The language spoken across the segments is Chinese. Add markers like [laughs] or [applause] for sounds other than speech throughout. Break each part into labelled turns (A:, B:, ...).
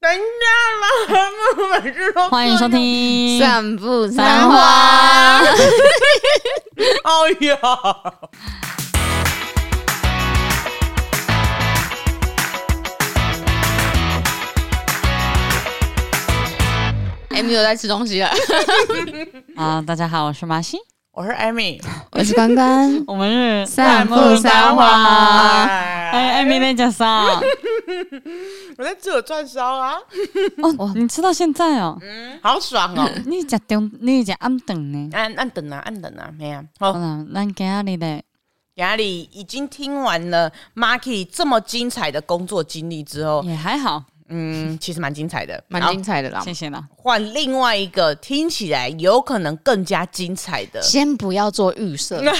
A: 等一下吧，我每次都
B: [laughs] 欢迎收
C: [laughs]
B: 听
C: 散步
B: 繁
C: 三
B: 花
C: 花，
A: 这样。哎呀，
C: 哎，没有在吃东西了。
B: 啊、大家好，我是马西，
A: 我是 Amy，
C: [laughs] 我是关关，
B: 我们是
C: 散步三花
B: 哎，艾米在讲
C: [laughs]
B: 啥？
C: 哦
A: 我在自我串烧啊，
B: 哦，你吃到现在哦？
C: 嗯
A: 好爽哦！
B: 你讲中，你讲暗顿呢？
A: 按按等啊，按等啊，没啊。
B: 好
A: 好，
B: 啦，咱今日的
A: 雅里已经听完了 Marky 这么精彩的工作经历之
C: 哦
A: 后，
B: 也还好，
A: 嗯，其实蛮精彩的，
C: [laughs] 蛮
A: 好
C: 精。彩的啦
B: 谢。谢啦。
A: 换另外一个听起来有可能更加精彩的，
C: 先不要做预 [laughs] 设，这样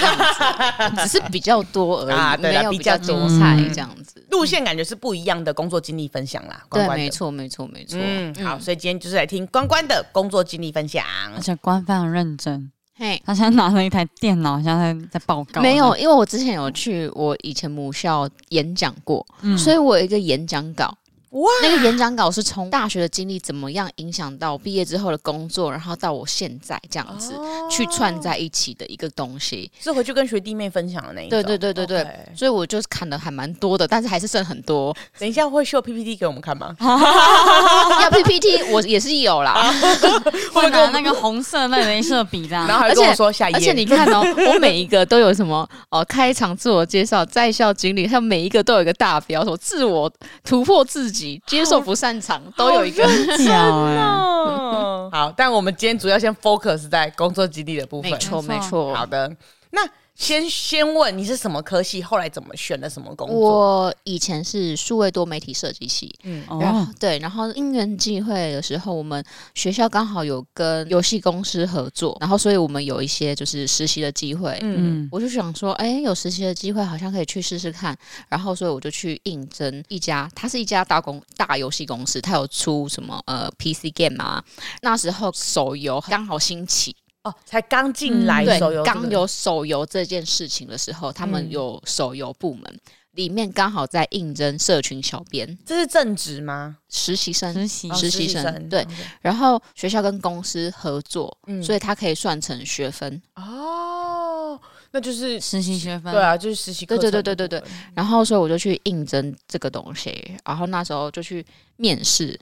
C: 子只是比较多而已，
A: 啊对啦
C: 没有
A: 比
C: 比
A: 较
C: 较
A: 多
C: 多嗯彩这样子。
A: 路线感觉是不一样的工作经历分享啦，关
C: 对，
A: 关的
C: 没错，没错，没错。
A: 嗯，好，所以今天就是来听关关的工作经历分享。
B: 而且官方认真，
C: 嘿，
B: 他现在拿了一台电脑，现在在报告。
C: 没有，因为我之前有去我以前母校演讲过，
B: 嗯
C: 所以我有一个演讲稿。
A: 哇，
C: 那个演讲稿是从大学的经历怎么样影响到毕业之后的工作，然后到我现在这样子、去串在一起的一个东西。
A: 是回去跟学弟妹分享的那一种。
C: 对对对对对
A: OK
C: 所以我就是砍的还蛮多的，但是还是剩
A: [laughs]
C: 很多。
A: 等一下会秀 PPT 给我们看吗？
C: 要 PPT 我也是有啦，
B: 会拿那个红色那镭射笔
C: [laughs]
B: 这样
A: 然。后还跟我说下一页，
C: 而且你
A: [laughs]
C: 看哦，我每一个都有什么哦，开场自我介绍、在校经历，还有每一个都有一个大标，什么自我突破自己、接受不擅长，都有一个。
B: 屌哎！
A: 哦，好，但我们今天主要先 focus 在工作基地的部分。
C: 没错
B: 没
C: 没
B: 错
C: 错，
A: 好的，那先先问你是什么科系，后来怎么选的什么工作？
C: 我以前是数位多媒体设计系，
A: 嗯，
C: 然
B: 哦
C: 后，对，然后因缘际会的时候，我们学校刚好有跟游戏公司合作，然后所以我们有一些就是实习的机会。
A: 嗯
B: 嗯，
C: 我就想说，哎、有实习的机会，好像可以去试试看。然后，所以我就去应征一家，它是一家大公大游戏公司，它有出什么呃 PC game 啊，那时候手游刚好兴起，
A: 哦，才刚进来
C: 嗯对
A: 哎手游，，
C: 刚有手游这件事情的时候，他们
A: 嗯
C: 有手游部门，里面刚好在应征社群小编
A: 这是正职吗？
C: 实习生。
B: 实习
A: 哦
C: 嗯实习生对
A: OK
C: 然后学校跟公司合作，
A: 嗯
C: 所以它可以算成学分。
A: 哦，那就是
B: 实习学分
A: 对，啊，就是实习课程
C: 对
A: 的部
C: 嗯对对
A: 分。
C: 对对对。然后，所以我就去应征这个东西，然后那时候就去面试，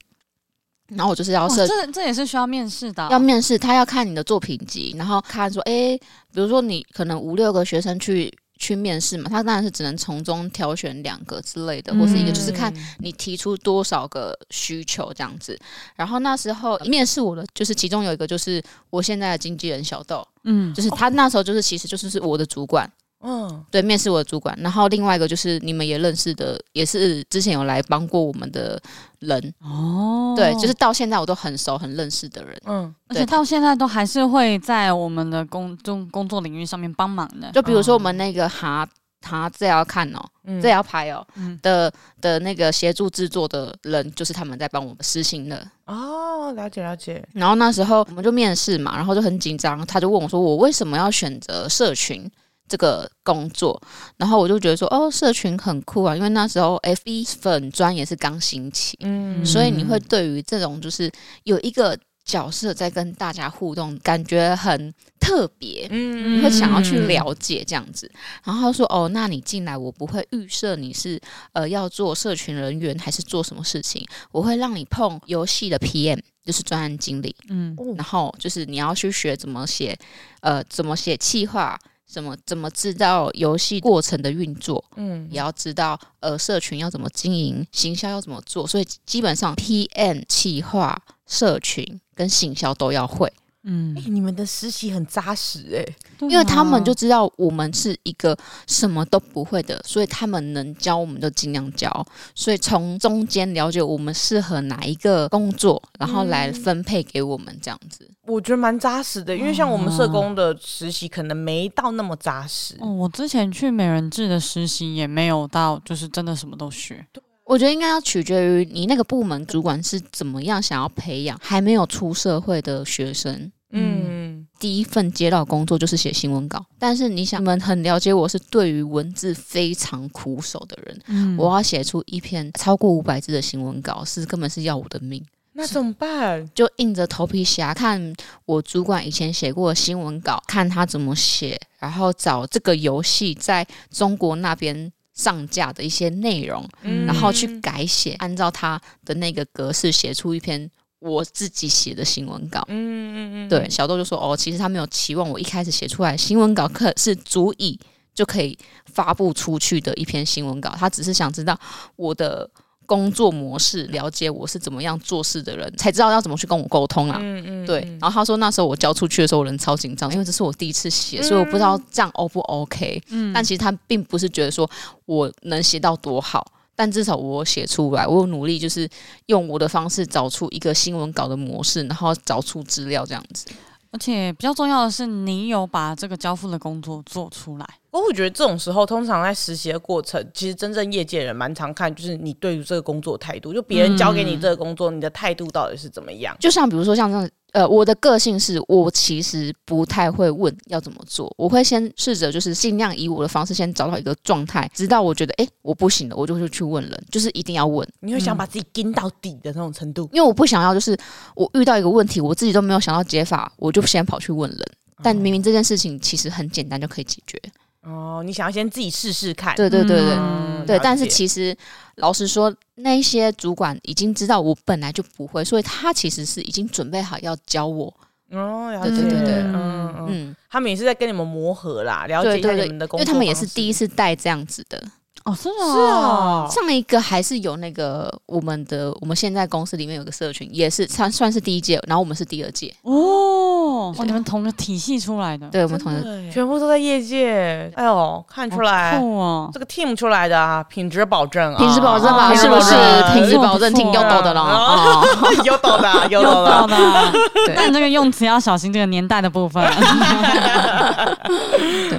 C: 然后我就是要
B: 哇
C: 设。
B: 哦这这也是需要面试的啊。
C: 要面试，他要看你的作品集，然后看说，诶，比如说你可能五六个学生去去面试嘛，他当然是只能从中挑选两个之类的，或是一个，就是看
A: 嗯
C: 你提出多少个需求这样子。然后那时候面试我的，就是其中有一个就是我现在的经纪人小豆，
B: 嗯，
C: 就是他那时候就是其实就是是我的主管，
A: 嗯，
C: 对，面试我的主管。然后另外一个就是你们也认识的，也是之前有来帮过我们的人，
B: 哦，
C: 对，就是到现在我都很熟很认识的人，
A: 嗯，
B: 而
C: 对
B: 且
C: 他
B: 到现在都还是会在我们的工中工作领域上面帮忙的。
C: 就比如说我们那个哈。哈，这要看哦，
A: 嗯
C: 这要拍哦、
B: 哦嗯
C: 的的那个协助制作的人，就是他们在帮我们实行的。
A: 哦，了解了解，
C: 然后那时候我们就面试嘛，然后就很紧张，他就问我说我为什么要选择社群这个工作？然后我就觉得说哦，社群很酷啊，因为那时候 F 一粉专也是刚兴起，
A: 嗯
C: 所以你会对于这种就是有一个角色在跟大家互动，感觉很特别。
A: 嗯
C: 你会想要去
A: 嗯
C: 了解这样子，然后他说哦，那你进来我不会预设你是呃要做社群人员还是做什么事情，我会让你碰游戏的 PM，就是专案经理，
B: 嗯，
A: 哦
C: 然后就是你要去学怎么写，呃，怎么写企划，怎么怎么知道游戏过程的运作，
A: 嗯
C: 也要知道呃社群要怎么经营，行销要怎么做，所以基本上 PM 企划、社群跟行销都要会，
B: 嗯啊
A: 哎、，你们的实习很扎实哎、
C: 因为他们就知道我们是一个什么都不会的，所以他们能教我们就尽量教，所以从中间了解我们适合哪一个工作，然后来分配给我们这样子。
A: 我觉得蛮扎实的，因为像我们社工的实习可能没到那么扎实。
B: 哦，我之前去美人志的实习也没有到，就是真的什么都学。
C: 我觉得应该要取决于你那个部门主管是怎么样想要培养还没有出社会的学生。
A: 嗯，
C: 第一份接到工作就是写新闻稿，但是你想，你们很了解我是对于文字非常苦手的人，
B: 嗯
C: 我要写出一篇超过五百字的新闻稿，是根本是要我的命。
A: 那怎么办？
C: 就硬着头皮写啊，看我主管以前写过的新闻稿，看他怎么写，然后找这个游戏在中国那边上架的一些内容，
B: 嗯
C: 然后去改写，按照他的那个格式写出一篇我自己写的新闻稿。
A: 嗯，嗯嗯嗯，
C: 对，小豆就说：“哦，其实他没有期望我一开始写出来的新闻稿可是足以就可以发布出去的一篇新闻稿，他只是想知道我的工作模式，了解我是怎么样做事的人，才知道要怎么去跟我沟通啦。
A: 嗯嗯，
C: 对，然后他说那时候我交出去的时候，我人超紧张，因为这是我第一次写，所以我不知道这样 O 不 OK。
B: 嗯
C: 但其实他并不是觉得说我能写到多好，但至少我写出来，我有努力，就是用我的方式找出一个新闻稿的模式，然后找出资料这样子。
B: 而且比较重要的是，你有把这个交付的工作做出来。
A: 不过我觉得这种时候，通常在实习的过程，其实真正业界人蛮常看，就是你对于这个工作的态度，就别人交给你这个工作，你的态度到底是怎么样？
C: 就像比如说像这样，呃，我的个性是我其实不太会问要怎么做，我会先试着就是尽量以我的方式先找到一个状态，直到我觉得诶我不行了，我就会去问人，就是一定要问。
A: 你会想把自己盯到底的那种程度。
C: 因为我不想要，就是我遇到一个问题，我自己都没有想到解法，我就先跑去问人。但明明这件事情其实很简单就可以解决。
A: 哦，你想要先自己试试看。
C: 对对对对、
A: 嗯
C: 对，
A: 了解
C: 但是其实老实说，那一些主管已经知道我本来就不会，所以他其实是已经准备好要教我。
A: 哦，了解，
C: 对对对对
A: 嗯嗯，
C: 嗯，
A: 他们也是在跟你们磨合啦，了解
C: 对
A: 一下
C: 对
A: 你
C: 对，
A: 们的
C: 因
A: 工
C: 为
A: 作
C: 他们也是第一
A: 一，
C: 次带这样子的。
B: 哦，是
A: 是哦，
C: 上一个还是有那个我们的，我们现在公司里面有个社群，也是算算是第一届，然后我们是第二届，
B: 哦，哇，你们同个体系出来的，
C: 对我们同
A: 真
C: 学
A: 的耶全部都在业界，哎呦，看
B: 好
A: 出来
B: 酷哦，
C: [laughs]
A: 这个 team 出来的啊，品质保证啊，
C: 品质保证
B: 哦
C: 吧，是不啊是
B: 哦？
C: 品质保证挺要到的啦。
A: 哦
C: 哦，
A: [laughs] 有懂的啊，有
B: 又
A: 懂的啊
B: 到。了。
C: [laughs]
B: 但
C: 对。
B: 你这个用词要小心这个年代的部分。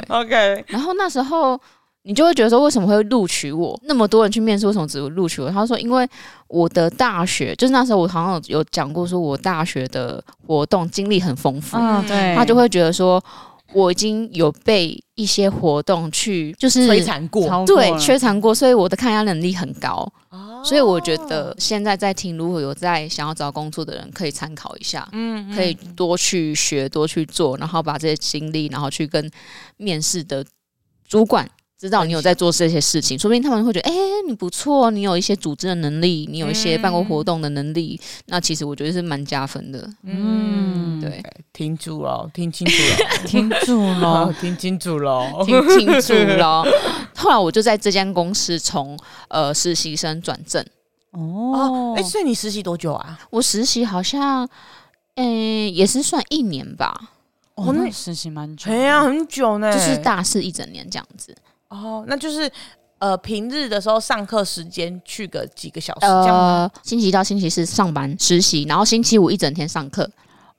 A: OK，
C: 然后那时候你就会觉得说，为什么会录取我？那么多人去面试，为什么只有录取我？他说，因为我的大学，就是那时候我好像有有讲过，说我大学的活动经历很丰富，
B: 嗯，对，
C: 他就会觉得说。我已经有被一些活动去，就是
A: 摧残过，
B: 超过
C: 对
B: 了
C: 摧残过，所以我的抗压能力很高，
A: 哦
C: 所以我觉得现在在听，如果有在想要找工作的人，可以参考一下。
A: 嗯
C: 可以多去学、多去做，然后把这些经历，然后去跟面试的主管知道你有在做这些事情，说不定他们会觉得，哎、你不错，你有一些组织的能力，你有一些办过活动的能力，那其实我觉得是蛮加分的。
B: 嗯， [laughs]
C: 对，
A: 听住了，听清楚
C: [laughs]
A: 了，
B: 停住
A: [laughs] 哦
B: 了，，
A: 听清楚了，
C: 听清楚了。后来我就在这间公司从呃实习生转正，
A: 哦
B: 哦，，
A: [laughs] 哎，所以你实习多久啊？
C: 我实习好像，嗯、也是算一年吧，
B: 哦
A: 我那
B: 那实习蛮久
A: 哎，呀，很久呢，
C: 就是大四一整年这样子。
A: 哦，那就是呃，平日的时候上课时间去个几个小时哦这样吗。
C: 呃，星期一到星期四上班实习，然后星期五一整天上课。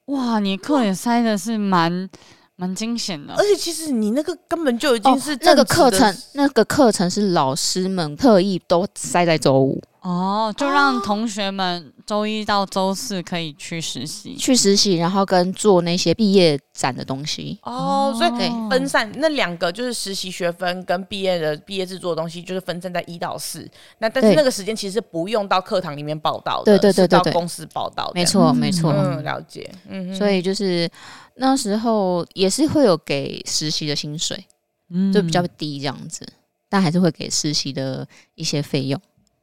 B: 哇，你课也塞的是蛮蛮惊险的
A: 而，且其实你那个根本就已经
C: 哦
A: 是，
C: 那个
A: 正职
C: 课
A: 的
C: 程，那个课程是老师们特意都塞在周五
B: 哦，就让同学们周一到周四可以去实习。
C: 去实习，然后跟做那些毕业展的东西。
A: 哦，所以
C: 对
A: 分散那两个就是实习学分跟毕业的毕业制作的东西，就是分散在一到四。那但是
C: 对
A: 那个时间其实是不用到课堂里面报道的，
C: 对对
A: 是
C: 对对
A: 到
C: 对
A: 公司报道的。
C: 没错，
B: 嗯
C: 没错。
A: 嗯，了解，嗯哼，
C: 所以就是那时候也是会有给实习的薪水，
B: 嗯
C: 就比较低这样子，但还是会给实习的一些费用。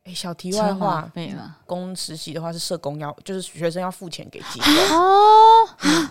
A: 诶小题外话，
B: 费了，
A: 公实习的话是社工要，就是学生要付钱给机构，
C: 哦，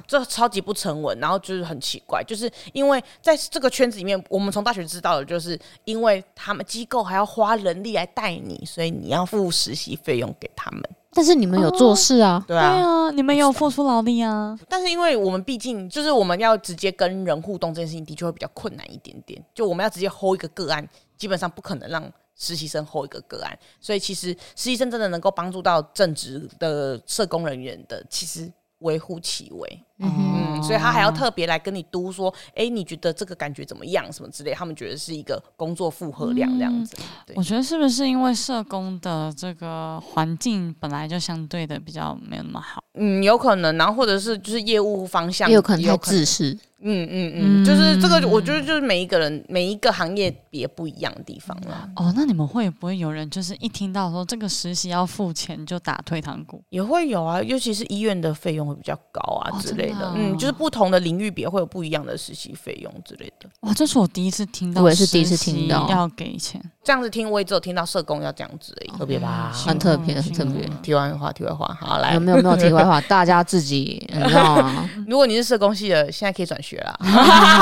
A: 这超级不成文，然后就是很奇怪，就是因为在这个圈子里面，我们从大学知道的，就是因为他们机构还要花人力来带你，所以你要付实习费用给他们。
C: 但是你们
A: 哦
C: 有做事啊？
A: 对
B: 对
A: 啊，
B: 啊，你们有付出劳力啊，
A: 但是因为我们毕竟就是我们要直接跟人互动这件事情，的确会比较困难一点点。就我们要直接 hold 一个个案，基本上不可能让实习生 hold 一个个案，所以其实实习生真的能够帮助到正职的社工人员的，其实微乎其微。嗯，所以他还要特别来跟你督说，哎、你觉得这个感觉怎么样，什么之类，他们觉得是一个工作负荷量这样子。对
B: 我觉得是不是因为社工的这个环境本来就相对的比较没有那么好？
A: 嗯，有可能，然后或者是就是业务方向
C: 也有可能太自私。
A: 嗯嗯嗯，就是这个，我觉得就是每一个人每一个行业也不一样的地方啦，
B: 哦，那你们会不会有人就是一听到说这个实习要付钱就打退堂鼓？
A: 也会有啊，尤其是医院的费用会比较高啊
C: 哦
A: 之类
C: 真
A: 的，
C: 的啊
A: 嗯，就是不同的领域别会有不一样的实习费用之类的。
B: 哇，这是我第一次听到，
C: 我也是第一次听到
B: 要给钱，
A: 这样子听，我也只有听到社工要这样子而已，特别吧。
B: 嗯
C: 很特别很特别。
B: 辛苦了
A: 题外话，题外话，好来
C: [laughs] 有，没有没有题外话？大家自己你知道吗？
A: [laughs] 如果你是社工系的，现在可以转学啊啦。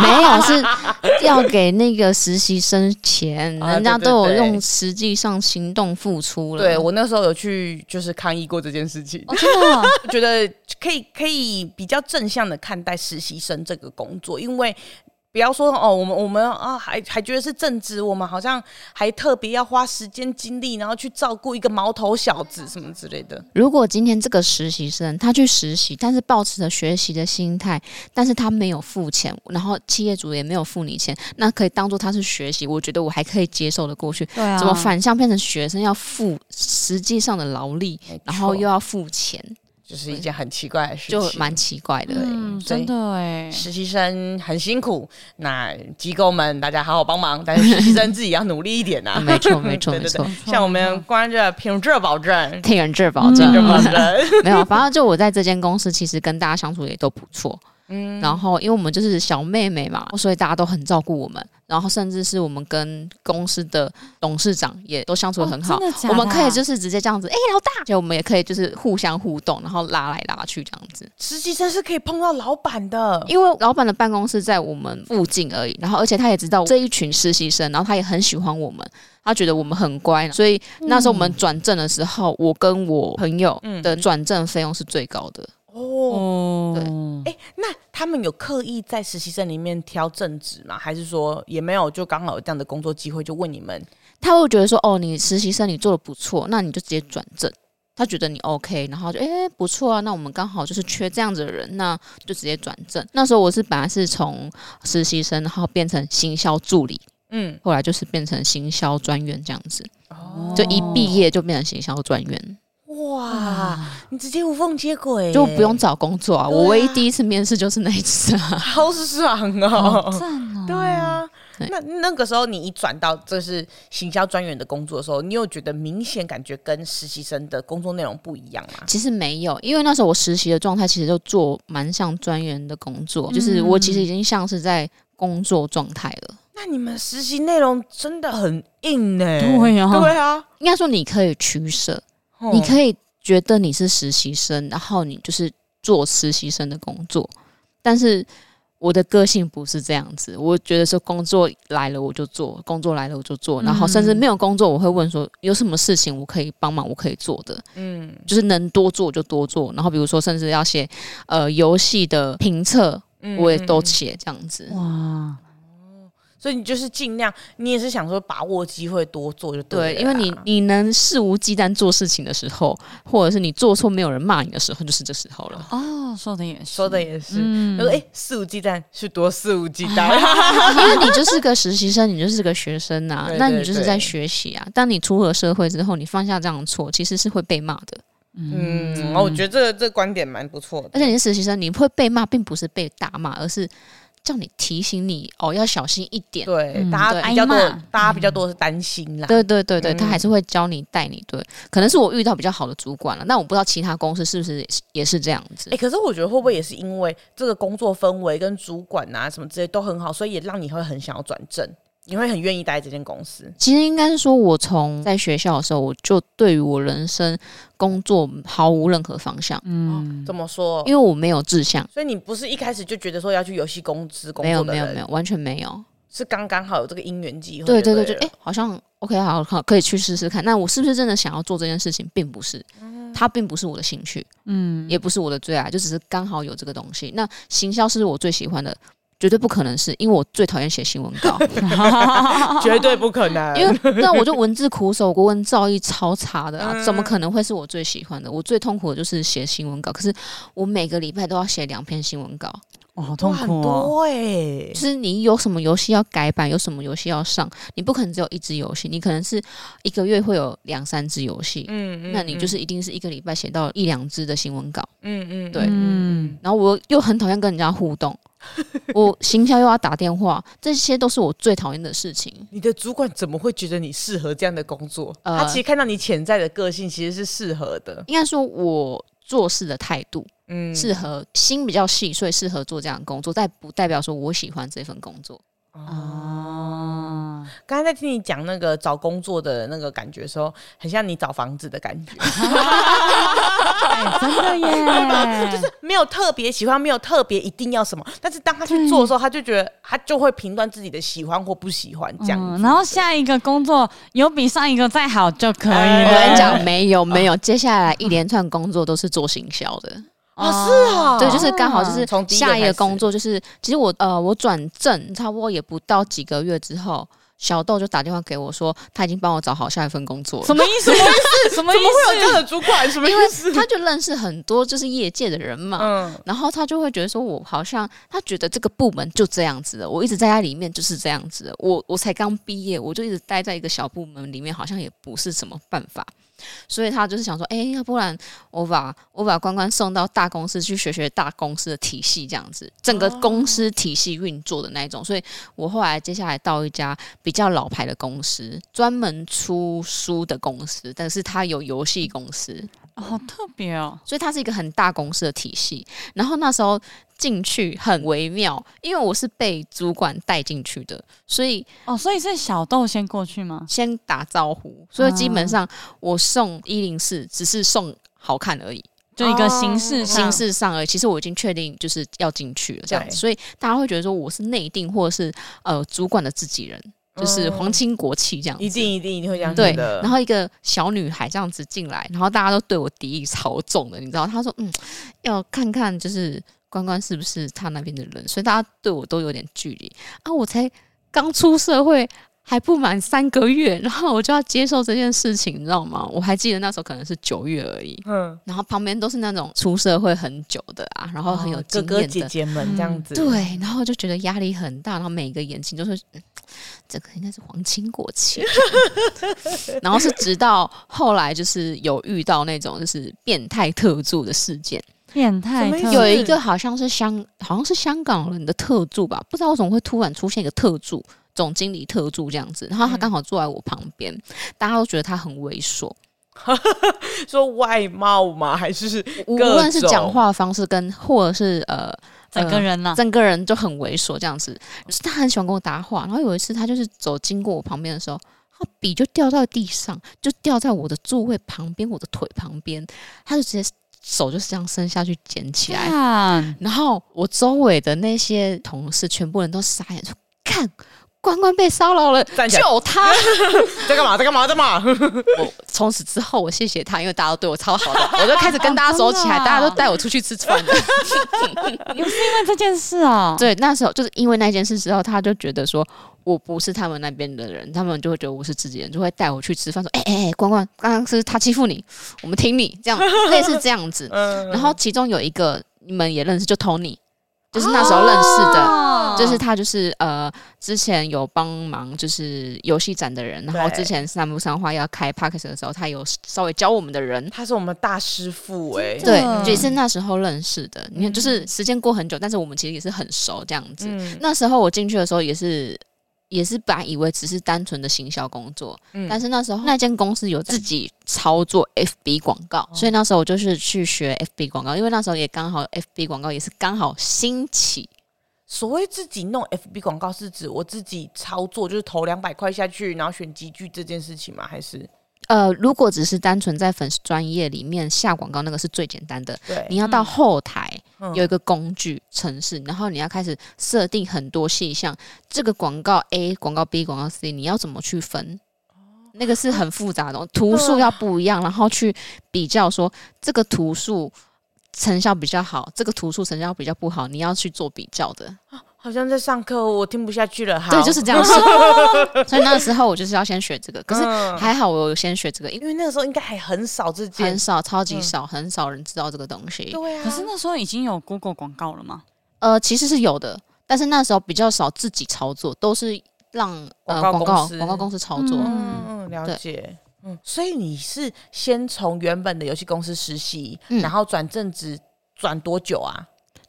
C: 没有是要给那个实习生钱，
A: 啊
C: 人家
A: 对对
C: 都有
A: 对
C: 用实际上行动付出了。
A: [laughs] 对我那时候有去就是抗议过这件事情，
B: 哦，真的啊
A: 我觉得可以可以比较正向的看待实习生这个工作，因为。不要说哦，我们我们啊，还还觉得是正职，我们好像还特别要花时间精力，然后去照顾一个毛头小子什么之类的。
C: 如果今天这个实习生他去实习，但是抱持着学习的心态，但是他没有付钱，然后企业主也没有付你钱，那可以当做他是学习，我觉得我还可以接受的过去。
B: 对啊，
C: 怎么反向变成学生要付实际上的劳力，然后又要付钱，
A: 就是一件很奇怪的事情，
C: 就蛮奇怪的。
B: 嗯，
A: 所以
B: 真的哎，
A: 实习生很辛苦，那机构们大家好好帮忙，但是实习生自己要努力一点呐、
C: 啊 [laughs] 没
B: [laughs]
C: 错，没错，
A: 对
C: 没
A: 对
C: 错
A: 对，，像我们关着凭这保证，
C: 天人质保
A: 凭
C: 证
A: 这
B: 嗯
A: 保证，
C: 没有。反正就我在这间公司，其实跟大家相处也都不错。嗯，然后因为我们就是小妹妹嘛，所以大家都很照顾我们，然后甚至是我们跟公司的董事长也都相处的很好。
B: 哦真的假的
C: 我
B: 啊
C: 们可以就是直接这样子，哎、老大，就我们也可以就是互相互动，然后拉来拉去这样子。
A: 实习生是可以碰到老板的，
C: 因为老板的办公室在我们附近而已，然后而且他也知道这一群实习生，然后他也很喜欢我们，他觉得我们很乖，所以那时候我们转正的时候，我跟我朋友的转正费用是最高的。
A: 哦。
B: 哦，
A: 哎、那他们有刻意在实习生里面挑正职吗？还是说也没有，就刚好有这样的工作机会，就问你们？
C: 他会觉得说，哦，你实习生你做的不错，那你就直接转正。他觉得你 OK，然后就哎、不错啊，那我们刚好就是缺这样子的人，那就直接转正。那时候我是本来是从实习生，然后变成行销助理，
A: 嗯，
C: 后来就是变成行销专员这样子，
A: 哦
C: 就一毕业就变成行销专员，
A: 哇，你直接无缝接轨，
C: 就不用，找工作啊。
A: 对啊
C: 我唯一第一次面试就是那一次啊，
A: 好爽
B: 好
A: 哦！
B: 赞哦，
A: 对啊，
C: 对
A: 那那个时候你一转到这是行销专员的工作的时候，你有觉得明显感觉跟实习生的工作内容不一样吗？
C: 其实没有，因为那时候我实习的状态其实就做蛮像专员的工作，就是我
A: 嗯
C: 其实已经像是在工作状态了。
A: 那你们实习内容真的很硬呢、
B: 对啊
A: 对啊，
C: 应该说你可以取舍，
A: 哦
C: 你可以觉得你是实习生，然后你就是做实习生的工作，但是。我的个性不是这样子，我觉得是工作来了我就做，工作来了我就
A: 嗯
C: 做，然后甚至没有工作，我会问说有什么事情我可以帮忙，我可以做的，
A: 嗯，
C: 就是能多做就多做。然后比如说，甚至要写呃游戏的评测，
A: 嗯
C: 我也都
A: 嗯嗯
C: 写这样子。
B: 哇，
A: 所以你就是尽量，你也是想说把握机会多做就
C: 对，
A: 了啊
C: 因为你
A: 啦
C: 你能肆无忌惮做事情的时候，或者是你做错没有人骂你的时候，就是这时候了。
B: 哦，说的也是，
A: 说的也是，
B: 嗯
A: 他说哎，肆无忌惮是多肆无忌
C: [laughs]
A: 惮，
C: 因为你就是个实习生，你就是个学生呐、
A: 对
C: 那
A: 对
C: 你就是
A: 对
C: 在学习啊。当你出了社会之后，你犯下这样的错，其实是会被骂的。
A: 嗯，我觉得这个这个观点蛮不错的
C: 而。且你是实习生，你会被骂，并不是被大骂，而是叫你提醒你哦，要小心一点。
A: 对，
B: 嗯
A: 大家
C: 对
A: 比较多
B: 挨骂，
A: 大家比较多是担心啦。
C: 对对对对，他
A: 嗯
C: 还是会教你带你。对，可能是我遇到比较好的主管了，但我不知道其他公司是不是也是也是这样子
A: 哎、。可是我觉得会不会也是因为这个工作氛围跟主管啊什么之类都很好，所以也让你会很想要转正，你会很愿意待在这间公司。
C: 其实应该是说，我从在学校的时候，我就对于我人生工作毫无任何方向，
B: 嗯，
A: 怎么说
C: 因？为我没有志向，
A: 所以你不是一开始就觉得说要去游戏公司工
C: 没有
A: 作的
C: 没
A: 人，
C: 有没有，完全没有。
A: 是刚刚好有这个因缘机会。
C: 对对
A: 对
C: 对，
A: 了
C: 就哎、诶好像 OK，好好可以去试试看。那我是不是真的想要做这件事情，并不是，它并不是我的兴趣，嗯，也不是我的最爱，就只是刚好有这个东西。那行销是我最喜欢的，绝对不可能是，因为我最讨厌写新闻稿，
A: [laughs] 绝对不可能，
C: 因为那我就文字苦手，国文造诣超差的啊，
A: 嗯
C: 怎么可能会是我最喜欢的？我最痛苦的就是写新闻稿，可是我每个礼拜都要写两篇新闻稿，
B: 哇，好
A: 哇
B: 痛
A: 很
B: 苦哦。
A: 多哎、
C: 就是你有什么游戏要改版，有什么游戏要上，你不可能只有一支游戏，你可能是一个月会有两三支游戏，
A: 嗯
C: 那你就是一定是一个礼拜写到一两支的新闻稿。
A: 嗯嗯
C: 对
B: 嗯，
C: 然后我又很讨厌跟人家
A: [laughs]
C: 互动，我行销又要打电话，这些都是我最讨厌的事情。
A: 你的主管怎么会觉得你适合这样的工作？
C: 呃
A: 他其实看到你潜在的个性，其实是适合的。
C: 应该说，我做事的态度
A: 嗯，
C: 适合心比较细碎，适合做这样的工作，但不代表说我喜欢这份工作。
B: 哦，
A: 刚才在听你讲那个找工作的那个感觉的时候，很像你找房子的感觉，
B: 哎，真的耶，就是
A: [laughs] 没有特别喜欢，没有特别一定要什么，但是当他去做的时候，他就觉得他就会评断自己的喜欢或不喜欢这样子。
B: 嗯然后下一个工作有比上一个再好就可以
A: 哎
C: 我
B: 了。
C: 跟你讲，没有没有，接下
A: [laughs]
C: 来一连串工作都是做行销的，
A: 哦，是啊，
C: 对，就是刚好就是
A: 从第一个
C: 下一
A: 开
C: 个
A: 始
C: 工作就是，其实我呃我转正差不多也不到几个月之后。小豆就打电话给我说，他已经帮我找好下一份工作了。
B: 什么意思？什么意思？什么意
A: 怎么会有这
B: 思？
A: 样的主 [laughs] 管？什么意
C: 因为
A: 思？
C: 他就认识很多就是业界的人嘛，
A: 嗯，
C: 然后他就会觉得说，我好像他觉得这个部门就这样子的，我一直在他里面就是这样子的，我我才刚毕业，我就一直待在一个小部门里面，好像也不是什么办法。所以他就是想说，哎、要不然我把我把关关送到大公司去学学大公司的体系，这样子，整个公司体系运作的那一种。所以我后来接下来到一家比较老牌的公司，专门出书的公司，但是它有游戏公司，
B: 哦好特别哦。
C: 所以它是一个很大公司的体系。然后那时候进去很微妙，因为我是被主管带进去的，所以
B: 哦，所以是小豆先过去吗？
C: 先打招呼，所以基本上我送一零四只是送好看而已，
B: 就一个形式上
C: 形式上而已。其实我已经确定就是要进去了这样
A: 对
C: 子，所以大家会觉得说我是内定或者是呃主管的自己人，
A: 嗯
C: 就是皇亲国戚这样子。
A: 一定一定一定会这样
C: 对
A: 觉，得。
C: 然后一个小女孩这样子进来，然后大家都对我敌意超重的，你知道？她说：“嗯，要看看就是关关是不是她那边的人。”所以大家对我都有点距离啊。我才刚出社会，还不满三个月，然后我就要接受这件事情，你知道吗？我还记得那时候可能是九月而已，
A: 嗯，
C: 然后旁边都是那种出社会很久的啊，然后很有经
A: 哥
C: 验的、
A: 哦哥姐姐们这样子，
C: 对，然后就觉得压力很大，然后每一个眼睛就是，嗯、这个应该是皇亲国戚。 [laughs] 然后是直到后来，就是有遇到那种就是变态特助的事件，
B: 变态
A: 什么意思
B: 特
C: 有
A: 嗯是
C: 一个好像是香，好像是香港人的特助吧，不知道为什么会突然出现一个特助，总经理特助这样子，然后他
A: 嗯
C: 刚好坐在我旁边，大家都觉得他很猥琐，
A: 说外貌嘛，还是
C: 无无
A: 各
C: 论是讲
A: 种
C: 话方式跟或者是呃
B: 整个人呐、
C: 整个人就很猥琐这样子。就是他很喜欢跟我搭话，然后有一次他就是走经过我旁边的时候，他笔就掉到地上，就掉在我的座位旁边，我的腿旁边，他就直接手就是这样伸下去捡起来。
B: 看
C: [laughs] 然后我周围的那些同事，全部人都傻眼，说：“看，关关被骚扰了，
A: 站起来
C: 救他！” [laughs]
A: 在干嘛，在干嘛，在干嘛？ [laughs]
C: 我从此之后，我谢谢他，因为大家都对我超好的，我就开始跟大家走起来， [laughs]
B: 哦真的啊
C: 大家都带我出去吃饭 [laughs] 的。
B: 因为这件事哦，
C: 对，那时候就是因为那件事之后，他就觉得说我不是他们那边的人，他们就会觉得我是自己人，就会带我去吃饭，说：“哎哎哎，关关，刚刚是他欺负你，我们挺你，这样类似这样子。”
A: 嗯
C: 然后其中有一个你们也认识，就 Tony，就是那时候认识的。
B: 哦
C: 就是他，就是呃，之前有帮忙就是游戏展的人，然后
A: 对
C: 之前三木三花要开 p a r k s 的时候，他有稍微教我们的人，
A: 他是我们大师傅哎、
B: 真的
C: 对
B: 嗯，
C: 也是那时候认识的。你看，就是时间过很久，但是我们其实也是很熟这样子。
A: 嗯
C: 那时候我进去的时候也是。也是本来以为只是单纯的行销工作，
A: 嗯
C: 但是那时候那间公司有哦自己操作 FB 广告，所以那时候我就是去学 FB 广告，因为那时候也刚好 FB 广告也是刚好兴起，
A: 所谓自己弄 FB 广告，是指我自己操作，就是投两百块下去，然后选集句这件事情吗？还是
C: 呃，如果只是单纯在粉丝专业里面下广告，那个是最简单的。
A: 对
C: 你要到后台
A: 嗯
C: 有一个工具程式，然后你要开始设定很多细项，这个广告 A、广告 B、广告 C，你要怎么去分？
A: 哦
C: 那个是很复杂的，图数要不一样，然后去比较说这个图数成效比较好，这个图数成效比较不好，你要去做比较的。
A: 好像在上课，我听不下去了。好
C: 对，就是这样
A: [laughs]
C: 说。所以那个时候我就是要先学这个，可是
A: 嗯
C: 还好我有先学这个，因为
A: 因为那个时候应该还很少这件
C: 很，少，超
A: 嗯
C: 级少，很少人知道这个东西。
A: 对啊。
B: 可是那时候已经有 Google 广告了嘛？
C: 呃，其实是有的，但是那时候比较少自己操作，都是让呃
A: 广告
C: 广告
A: 公司
C: 广告公司操作。
B: 嗯
A: 嗯嗯，了
C: 对
A: 解。嗯，所以你是先从原本的游戏公司实习，
C: 嗯
A: 然后转正职转多久啊？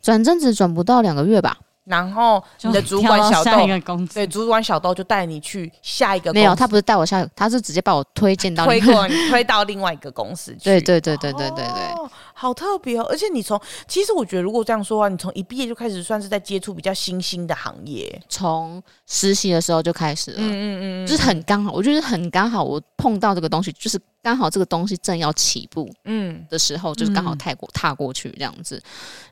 C: 转正职转不到两个月吧，
A: 然后你
B: 就
A: 的主
B: 跳
A: 管
B: 到
A: 小
B: 下一
A: 豆，
B: 个公司
A: 对，主管小豆就带你去下一个公司，
C: 没有，他不是带我下，他是直接把我推荐到
A: 推
C: 另外 [laughs]
A: 过你推到另外一个公司去。
C: 对对对对对对对，
A: 哦，好特别哦！而且你从，其实我觉得如果这样说的话，你从一毕业就开始算是在接触比较新兴的行业，
C: 从实习的时候就开始了。
A: 嗯嗯
C: 就是很刚好，我觉得很刚好，我碰到这个东西，就是刚好这个东西正要起步
A: 嗯，
C: 的时候，就是刚好
B: 嗯
C: 踏过踏过去这样子。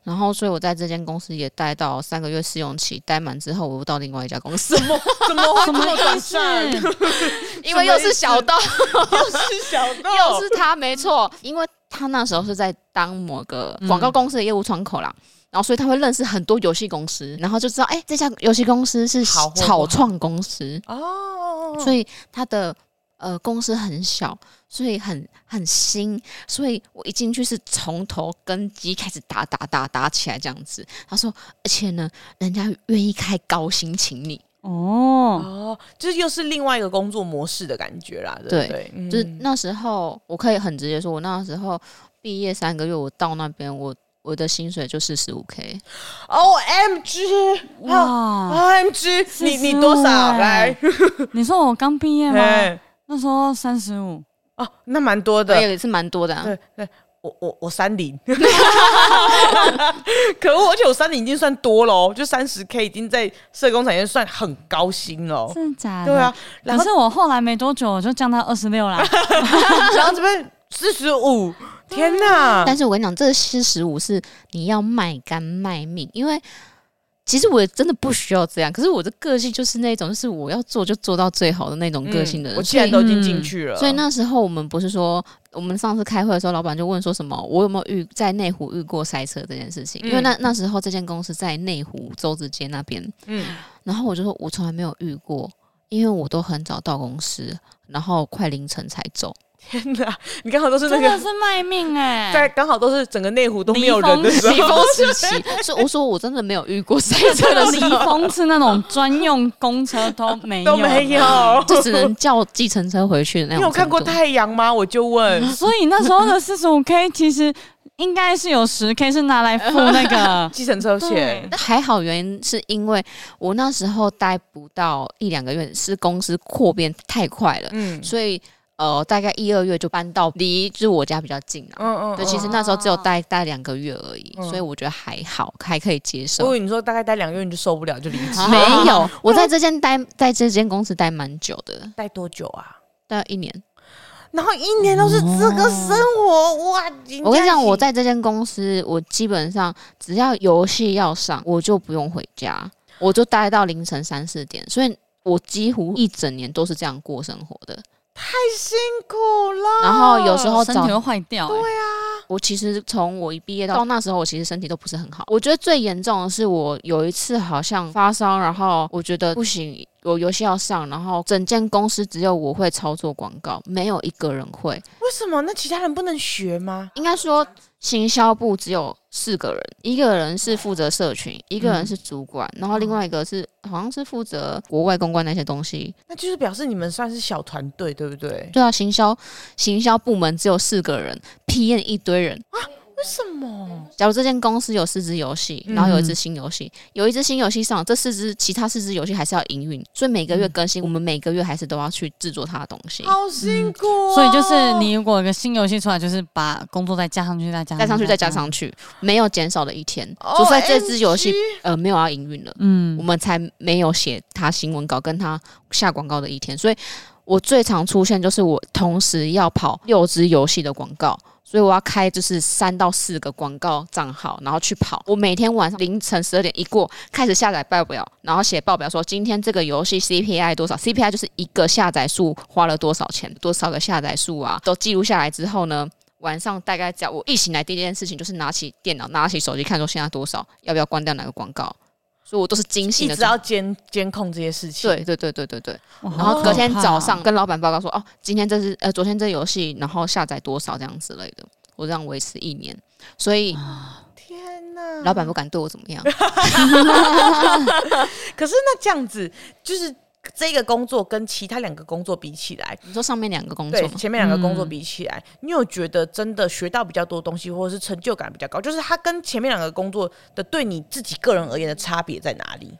C: 然后，所以我在这间公司也待到三个月试用期，待满之后，我又到另外一家公司， [laughs]
A: 怎么会
B: 什
A: 这么
B: 么
A: 短
B: 意思？
A: [laughs] 暂？
C: 因为又是小道，
A: 又是小豆，
C: [laughs] 又是他，没错，因为他那时候是在当某个广告公司的业务窗口啦。然后，所以他会认识很多游戏公司，然后就知道，哎、这家游戏公司是
A: 好或不好
C: 草创公司，
A: 哦，
C: 所以他的呃公司很小，所以很很新，所以我一进去是从头跟鸡开始打打打打起来这样子。他说，而且呢，人家愿意开高薪请你，
B: 哦，
A: 哦，就是又是另外一个工作模式的感觉啦，对不
C: 对
A: 对？嗯
C: 就是那时候我可以很直接说，我那时候毕业三个月，我到那边我。我的薪水就是十五 k，
A: O 哦 M G，哇
B: 哇！
A: ，O M G，你你
B: 45
A: 多少
B: 欸
A: 来？
B: 你说我刚毕业吗？
A: 哎，
B: 那时候三十五，
A: 哦，那蛮多
C: 我
A: 的，
C: 也是蛮多的、啊。
A: 对对。我我我三零， [laughs] 可恶！而且我三零已经算多了哦，就三十 K 已经在社工产业算很高薪了哦。
B: 真的假的？
A: 对啊，然
B: 可
A: 后
B: 是我后来没多久我就降到二十六啦。
A: 然后这边四十
C: [laughs]
A: 五，天哪！
C: 但是我跟你讲，这个四十五是你要卖肝卖命，因为其实我真的不需要这样，可是我的个性就是那种，就是我要做就做到最好的那种个性的
A: 嗯
C: 人。
A: 我既
C: 所
A: 然
C: 以，
A: 都已经进
B: 嗯
A: 去了，
C: 所以那时候我们不是说，我们上次开会的时候，老板就问说什么，我有没有遇在内湖遇过塞车这件事
A: 嗯
C: 情？因为那那时候这间公司在内湖周子街那边，
A: 嗯，
C: 然后我就说我从来没有遇过，因为我都很早到公司，然后快凌晨才
A: [laughs]
C: 走。
A: [laughs] 天哪！你刚好都 [laughs] 是那
B: 真
A: 个
B: 的是卖命哎、
A: 在刚好都是整个内湖都没有
B: 离
A: 人
B: 峰
A: 的时
C: 离
A: 候，
C: 峰时期，所以我说我真的没有遇过塞车
B: 这
C: 的
A: [laughs]
B: 个
C: 时
B: 离
C: 候，
B: 峰是那种专用公车都没有，
A: 都没。有。
C: 就只能叫计程车回去的那
A: 你
C: 种程度。
A: 有看过太阳吗？我就问。
B: 所以那时候的四十五 K 其实应该是有十 K 是拿来付那 [laughs] 个
A: 计程车钱
B: 对
C: 那还好，原因是因为我那时候待不到一两个月，是公司扩编太快了，
A: 嗯
C: 所以呃，大概一二月就搬到离就是我家比较近了。
A: 嗯嗯
C: 对，
A: 嗯
C: 其实那时候只有待待两个月而已，
A: 嗯
C: 所以我觉得还好，还可以接
A: 我以
C: 受。
A: 为你说大概待两个月你就受不了就离职，
C: 没有，我在这间待在这间公司待蛮久的，
A: 待多久啊？
C: 大概一年。
A: 然后一年都是这个生活，哇！
C: 我跟你讲，我
A: 在
C: 在这间公司，我基本上只要游戏要上，我就不用回家，我就待到凌晨三四点，所以我几乎一整年都是这样过生活的。
A: 辛苦了。
C: 哦然后有时
A: 哦
C: 候
B: 哦身体
C: 早，
B: 会坏掉、欸。
C: 我其实从我一毕业到到那时候，我其实身体都不是很好。我觉得最严重的是我有一次好像发烧，然后我觉得不行，我游戏要上，然后整间公司只有我会操作广告，没有一个人会。
A: 为什么？那其他人不能学吗？
C: 应该说行销部只有四个人，一个人是负责社群，一个人是主管，然后另外一个是好像是负责国外公关那些东西。
A: 那就是表示你们算是小团队，对不对？
C: 对啊，行销行销部门只有四个人，PM 一堆人。
A: 啊为什么？
C: 假如这间公司有四支游戏，然后有一支新游戏，有一支新游戏上，这四支其他四支游戏还是要营运，所以每个月更新，我们每个月还是都要去制作它的东西。
A: 好辛苦
C: 嗯
A: 哦。
B: 所以就是你如果有个新游戏出来，就是把工作再加上去，再加上
C: 加
B: 去，
C: 上去，再加上去，没有减少的一天，
A: 哦
C: 除非这支游戏
A: OMG
C: 呃没有要营运了。我
B: 嗯，
C: 们才没有写他新闻稿跟他下广告的一天，所以我最常出现就是我同时要跑六支游戏的广告，所以我要开就是三到四个广告账号，然后去跑。我每天晚上凌晨十二点一过，开始下载报表，然后写报表说今天这个游戏 CPI 多少，CPI 就是一个下载数花了多少钱，多少个下载数啊，都记录下来之后呢。晚上大概只要我一醒来，第一件事情就是拿起电脑、拿起手机看，说现在多少，要不要关掉哪个广告，所以我都是精
A: 一
C: 心的
A: 直要监监控这些事情。
C: 对对对对对对，
B: 哇
C: 然后
B: 好
C: 隔
B: 可
C: 天
B: 怕
C: 早
B: 哦
C: 上跟老板报告说，哦，今天这是呃昨天这游戏，然后下载多少这样之类的，我这样维持一年，所以
A: 天哪！
C: 老板不敢对我怎么
A: [laughs]
C: 样。
A: 可是那这样子，就是这个工作跟其他两个工作比起来，
C: 你说上面两个工作
A: 对
C: 吗？
A: 前面两个工作比起
C: 嗯
A: 来，你有觉得真的学到比较多东西，或者是成就感比较高？就是它跟前面两个工作的对你自己个人而言的差别在哪里？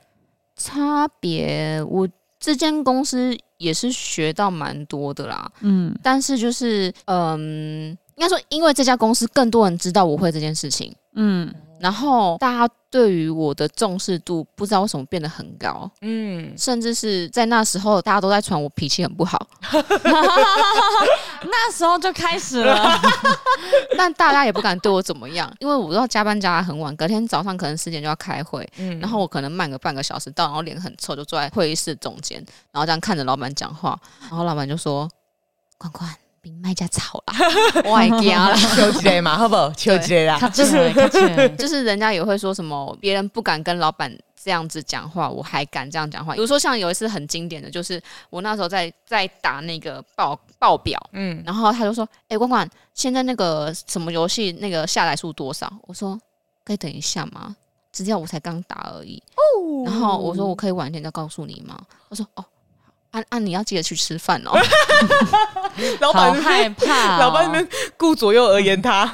C: 差别，我这间公司也是学到蛮多的啦，
B: 嗯，
C: 但是就是嗯，应该说因为这家公司更多人知道我会这件事情，
B: 嗯，
C: 然后大家对于我的重视度不知道为什么变得很高，
A: 嗯，
C: 甚至是在那时候大家都在传我脾气很不好，
B: 那时候就开始 [laughs] 了，
C: [laughs] 但大家也不敢对我怎么样，因为我都要加班加得很晚，隔天早上可能十点就要开会，
A: 嗯
C: 然后我可能慢个半个小时到，然后脸很臭，就坐在会议室中间，然后这样看着老板讲话，然后老板就说：“关关，比卖家吵啦，我还惊啦。
A: 求之类嘛，好不好？求之类啦
B: 卡起来，卡起来”，
C: [laughs] 就是人家也会说什么，别人不敢跟老板这样子讲话，我还敢这样讲话。比如说像有一次很经典的，就是我那时候在在打那个报报表，
A: 嗯，
C: 然后他就说：“哎、关关，现在那个什么游戏那个下载数多少？”我说：“可以等一下吗？只要我才刚打而已。”哦。然后我说：“我可以晚一点再告诉你吗？”他说：“哦，按、啊、按、你要记得去吃饭哦。
A: [laughs] 老
B: 好
A: 板那
B: 害
A: 边，
B: 怕哦，
A: 老板那边顾左右而言他，”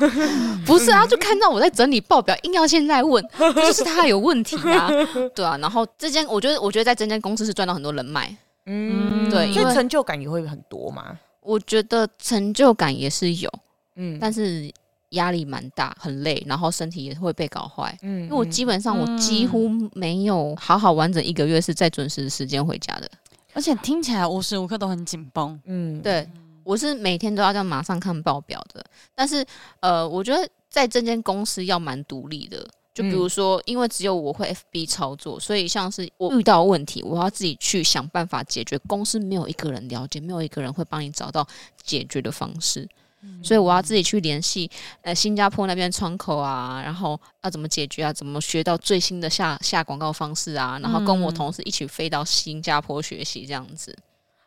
C: 不是啊，就看到我在整理报表，硬要现在问，这就是他有问题啊，对啊。然后这间，我觉得，我觉得在这间公司是赚到很多人脉，
A: 嗯，
C: 对
A: 所
C: 因为
A: 以成就感也会很多嘛。
C: 我觉得成就感也是有，
A: 嗯
C: 但是压力蛮大，很累，然后身体也会被搞坏。
A: 嗯，
C: 因为我基本上我几乎没有好好完整一个月是在准时时间回家的。
B: 而且听起来无时无刻都很紧绷，
A: 嗯，
C: 对，我是每天都要这样马上看报表的。但是呃，我觉得在这间公司要蛮独立的。就比如说，因为只有我会 FB 操作，所以像是我遇到问题，我要自己去想办法解决。公司没有一个人了解，没有一个人会帮你找到解决的方式，所以我要自己去联系呃新加坡那边窗口啊，然后要怎么解决啊，怎么学到最新的下下广告方式啊，然后跟我
B: 嗯
C: 同事一起飞到新加坡学习这样子。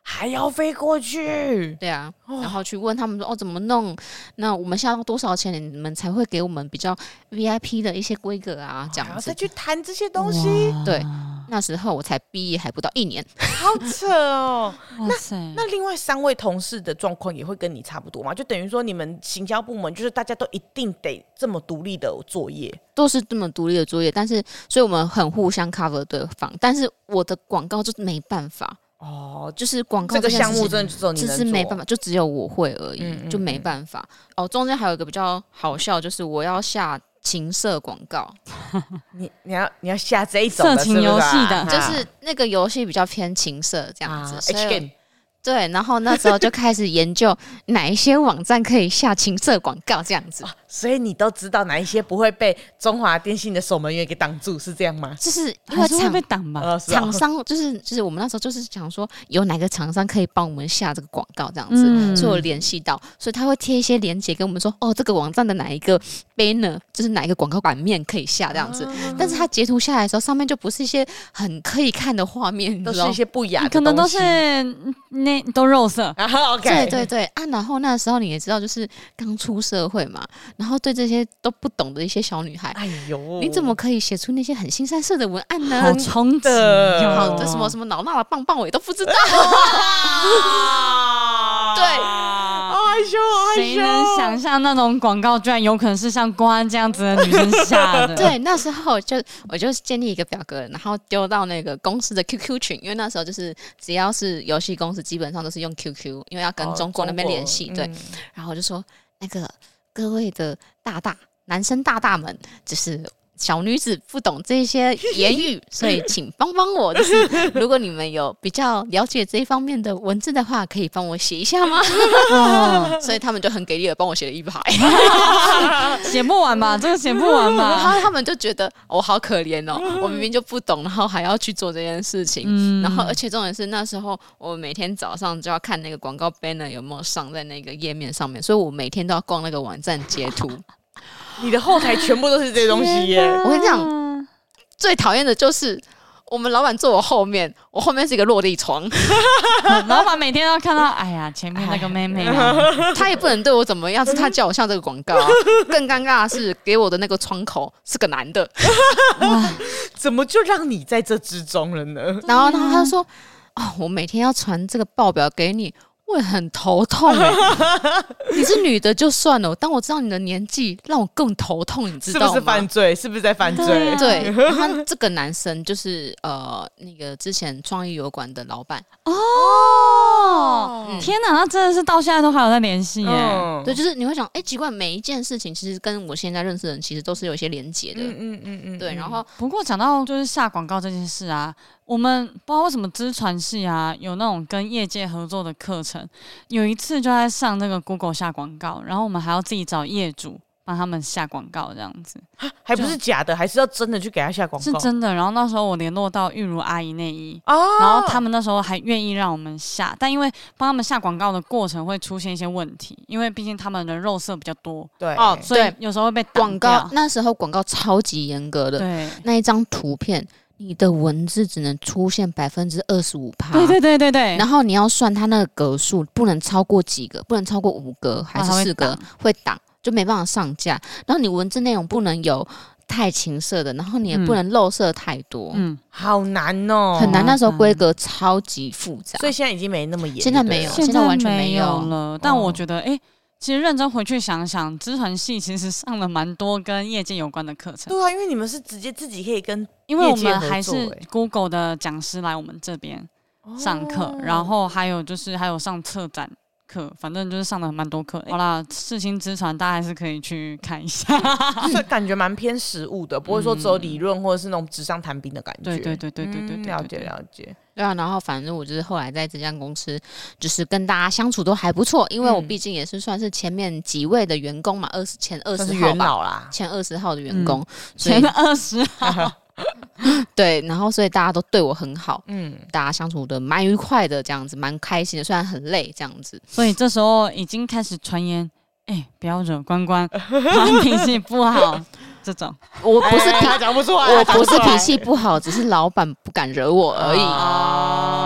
A: 还要飞过去，
C: 对啊，然后去问他们说哦怎么弄？那我们下到多少钱你们才会给我们比较 VIP 的一些规格啊？这
A: 还
C: 样
A: 要哦
C: 子
A: 再。去谈这些东西，
C: 对，那时候我才毕业还不到一年，
A: 好扯
C: [laughs]
A: 哦。
B: 哇塞，
A: 那另外三位同事的状况也会跟你差不多吗？就等于说你们行销部门就是大家都一定得这么独立的作业，
C: 都是这么独立的作业，但是所以我们很互相 cover 对方，但是我的广告就是没办法，
A: 哦，
C: 就是广告
A: 这个
C: 件事
A: 项目
C: 情
A: 真的只有你
C: 这
A: 能
C: 是没办
A: 法。
C: 法，就只有我会而已，
A: 嗯嗯
C: 就没
A: 嗯
C: 办法。哦，中间还有一个比较好笑，就是我要下情色广告，
A: 你你要你要下这一种的
B: 色情
A: 是不是啊啊
B: 游戏的
C: 就是那个游戏比较偏情色这样子，所以
A: H game
C: 对，然后那时候就开始研究哪一些网站可以下情色广告这样子，
A: 所以你都知道哪一些不会被中华电信的守门员给挡住，是这样吗？
C: [laughs] 就是因
B: 还
C: 为
B: 是会
C: 厂
B: 被挡吧？
A: 呃，是啊
C: 厂商就是就是我们那时候就是想说有哪个厂商可以帮我们下这个广告这样子，
B: 嗯
C: 所以我联系到，所以他会贴一些链接跟我们说，哦，这个网站的哪一个 banner 就是哪一个广告版面可以下这样子，但是他截图下来的时候，上面就不是一些很可以看的画面，你
A: 都是
C: 知道
A: 一
C: 吗？
A: 些不雅的东西，
B: 可能都是那都肉色，
A: 然后 OK，
C: 对对对啊，然后那时候你也知道，就是刚出社会嘛，然后对这些都不懂的一些小女孩，
A: 哎呦，
C: 你
A: [laughs]
C: 怎么可以写出那些很新三色的文案呢？
B: 好冲击
A: 的
B: 哦，
C: 好，这什么什么老辣的棒棒，我也都不知道。
A: 啊？
C: 对 [laughs]
A: 好害羞，好害羞，
B: 谁能想象那种广告居然有可能是像公安这样子的女生下的？，
C: 对，那时候就我就建立一个表格，然后丢到那个公司的 QQ 群，因为那时候就是只要是游戏公司，基本上都是用 QQ，因为要跟
A: 哦嗯
C: 中国那边联系。对，，然后我就说那个各位的大大男生大大们，就是。小女子不懂这些言语，所以请帮帮我。就是如果你们有比较了解这一方面的文字的话，可以帮我写一下吗？所以他们就很给力的帮我写了一排，
B: [laughs] 写不完吧？这个写不完
C: 然 [laughs]
B: 吧？
C: 后他们就觉得我、好可怜哦，我明明就不懂，然后还要去做这件事情。
B: 嗯
C: 然后，而且重点是那时候我每天早上就要看那个广告 banner 有没有上在那个页面上面，所以我每天都要逛那个网站截图。 [laughs]
A: 你的后台全部都是这些东西耶。
C: 我跟你讲，最讨厌的就是我们老板坐我后面，我后面是一个落地窗，
B: [laughs] 老板每天都看到，哎呀，前面那个妹妹啊，
C: 他也不能对我怎么样，是他叫我上这个广告啊、更尴尬的是，给我的那个窗口是个男的，
A: 怎么就让你在这之中了呢？
C: 然后呢，他就说：“哦，我每天要传这个报表给你，我也很头痛、
A: [laughs]
C: 欸。你是女的就算了，当我知道你的年纪，让我更头痛，你知
A: 是
C: 道吗？”
A: 不是犯罪？是不是在犯
B: 对
A: 罪？
C: 对，啊然后他这个男生就是呃，那个之前创意油管的老板，
B: 哦，天哪，那真的是到现在都还有在联系耶。
A: 嗯
C: 对，就是你会想，哎、奇怪，每一件事情其实跟我现在认识的人其实都是有一些连结的，
A: 嗯嗯嗯嗯，
C: 对。然
A: 嗯
C: 后
B: 不过讲到就是下广告这件事啊，我们不知道为什么资传系啊有那种跟业界合作的课程，有一次就在上那个 Google 下广告，然后我们还要自己找业主帮他们下广告这样子。
A: 还不是假的，还是要真的去给他下广告？
B: 是真的。然后那时候我联络到韵如阿姨内衣。
A: 哦，
B: 然后他们那时候还愿意让我们下，但因为帮他们下广告的过程会出现一些问题，因为毕竟他们的肉色比较多，
A: 对
C: 哦
B: 所以
C: 对
B: 有时候会被挡
C: 广告
B: 掉
C: 那时候广告超级严格的，
B: 对
C: 那一张图片，你的文字只能出现百分之二十五趴，
B: 对对对对对，
C: 然后你要算它那个格数，不能超过几个，不能超过五个还是四
B: 它会，
C: 个哦会挡，就没办法上架。然后你文字内容不能有太情色的，然后你也
B: 嗯
C: 不能露色太多，
B: 嗯，
A: 好难哦，
C: 很难。那时候
B: 嗯
C: 规格超级复杂
A: 所，以现在已经没那么严，
C: 现在
A: 对
C: 没有
A: 了
B: 现
C: 现在完全
B: 没
C: 没有
B: 了。但
A: 哦
B: 我觉得，哎、其实认真回去想想，资传系其实上了蛮多跟业界有关的课程，
A: 对啊，因为你们是直接自己可以跟
B: 因为我
A: 业界
B: 们
A: 合作
B: 还是
A: 欸
B: Google 的讲师来我们这边上课，
A: 哦
B: 然后还有就是还有上策展课，反正就是上了蛮多课。好啦，世新之传大家还是可以去看一下。
A: 哦是感觉蛮偏实物的，不会说只有理论或者是那种纸上谈兵的感觉。
B: 对对对对对对对
A: 嗯
B: 对
A: 了解了解。
C: 对啊。然后反正我就是后来在这家公司，就是跟大家相处都还不错，因为我
A: 嗯
C: 毕竟也是算是前面几位的员工嘛，二十前二
A: 算
C: 十
A: 是
C: 号
A: 元
C: 吧。
A: 老啦，
C: 前二十号的员
B: 嗯
C: 工，所
B: 前
C: 以
B: 二十号，
C: 对，然后所以大家都对我很好，
A: 嗯，
C: 大家相处的蛮愉快的，这样子蛮开心的，虽然很累这样子。
B: 所以这时候已经开始传言，哎、不要惹关
A: [laughs]
B: 关， [laughs] 他脾气不好，这种。
C: [laughs] 我不是
A: 哎
C: 脾，
A: 他讲不出来，
C: 我
A: 他讲
C: 不是
A: 出来
C: 脾气不好，只是老板不敢惹我而已。
A: 啊。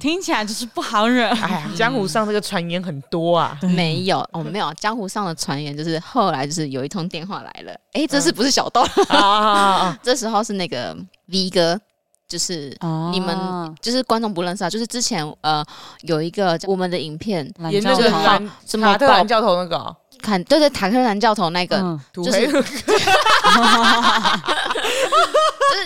B: 听起来就是不好惹。嗯
A: 哎呀，江湖上这个传言很多
C: [laughs]
A: 啊。
C: 没有哦，没有，江湖上的传言就是后来就是有一通电话来了，诶，这次不是小豆，
A: 啊啊啊啊！
C: [laughs] 这时候是那个 V 哥，就是
B: 哦
C: 你们就是观众不认识啊，就是之前呃有一个我们的影片
B: 懒
A: 演那
B: 教
A: 个
B: 头
A: 蓝
C: 什么
A: 卡特兰
C: 爆
A: 教头那个哦
C: 看，对对，塔克兰教头那个，
B: 嗯
A: 土
C: 就是
A: 黑的，
C: 就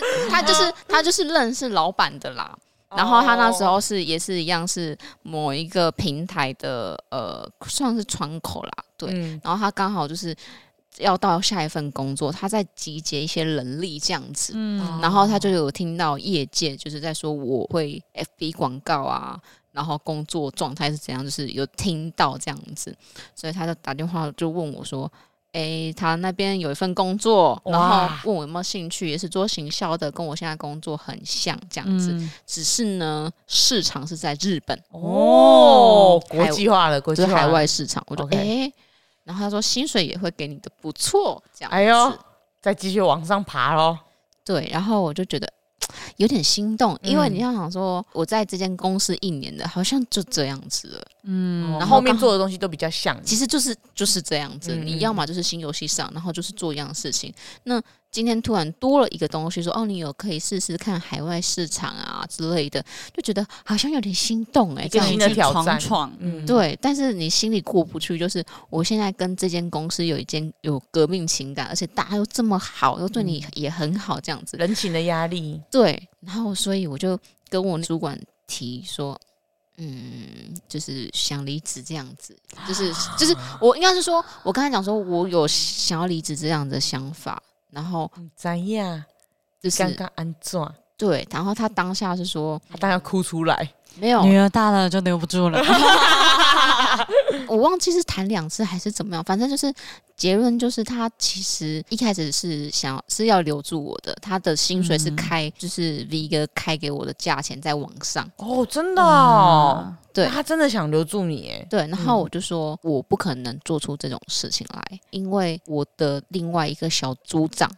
C: 是他就是他就是认识老板的啦。 [laughs] 然后他那时
A: 哦
C: 候是也是一样是某一个平台的呃算是窗口啦，对。
A: 嗯
C: 然后他刚好就是要到下一份工作，他在集结一些人力这样子。
B: 嗯
C: 然后他就有听到业界就是在说我会 FB 广告啊，然后工作状态是怎样，就是有听到这样子，所以他就打电话就问我说。诶，他那边有一份工作，然后
A: 哇
C: 问我有没有兴趣，也是做行销的，跟我现在工作很像这样子。
B: 嗯，
C: 只是呢，市场是在日本，
A: 哦，国
C: 海
A: 际化了，国
C: 就
A: 际
C: 是
A: 化
C: 海
A: 了
C: 外市场。我就哎、
A: OK
C: 诶然后他说薪水也会给你的不错，这样子。
A: 哎呦，再继续往上爬喽。
C: 对，然后我就觉得有点心动，因为
A: 嗯
C: 你要想说，我在这间公司一年的，好像就这样子了。
A: 然
B: 嗯
A: 后
C: 然后
A: 后面
C: 刚好
A: 做的东西都比较像，
C: 其实就是就是这样子，
A: 嗯
C: 你
A: 嗯
C: 要么就是新游戏上，然后就是做一样的事情。那今天突然多了一个东西说哦，你有可以试试看海外市场啊之类的，就觉得好像有点心动哎、
A: 一
C: 这
A: 个
C: 样
A: 新
C: 子。
A: 的挑战
B: 闯闯，
A: 嗯，
C: 对，但是你心里过不去，就是我现在跟这间公司有一间有革命情感，而且大家又这么好，又对你也很好，这样子。
A: 人情的压力，
C: 对，然后所以我就跟我主管提说，嗯，就是想离职这样子，就是就是我应该是说，我跟他讲说我有想要离职这样的想法，然后
A: 怎样？
C: 就是
A: 刚刚安怎？
C: 对，然后他当下是说
A: 他当然哭出来，
C: 没有，
B: 女儿大了就留不住
C: [laughs]
B: 了。
C: 我忘记是谈两次还是怎么样，反正就是结论就是他其实一开始是想是要留住我的，他的薪水是
B: 嗯
C: 开、就是 V 哥开给我的价钱在往上，
A: 哦，真的哦，
C: 嗯对
A: 那，他真的想留住你，哎，
C: 对，然后
A: 嗯
C: 我就说、我不可能做出这种事情来，因为我的另外一个小组长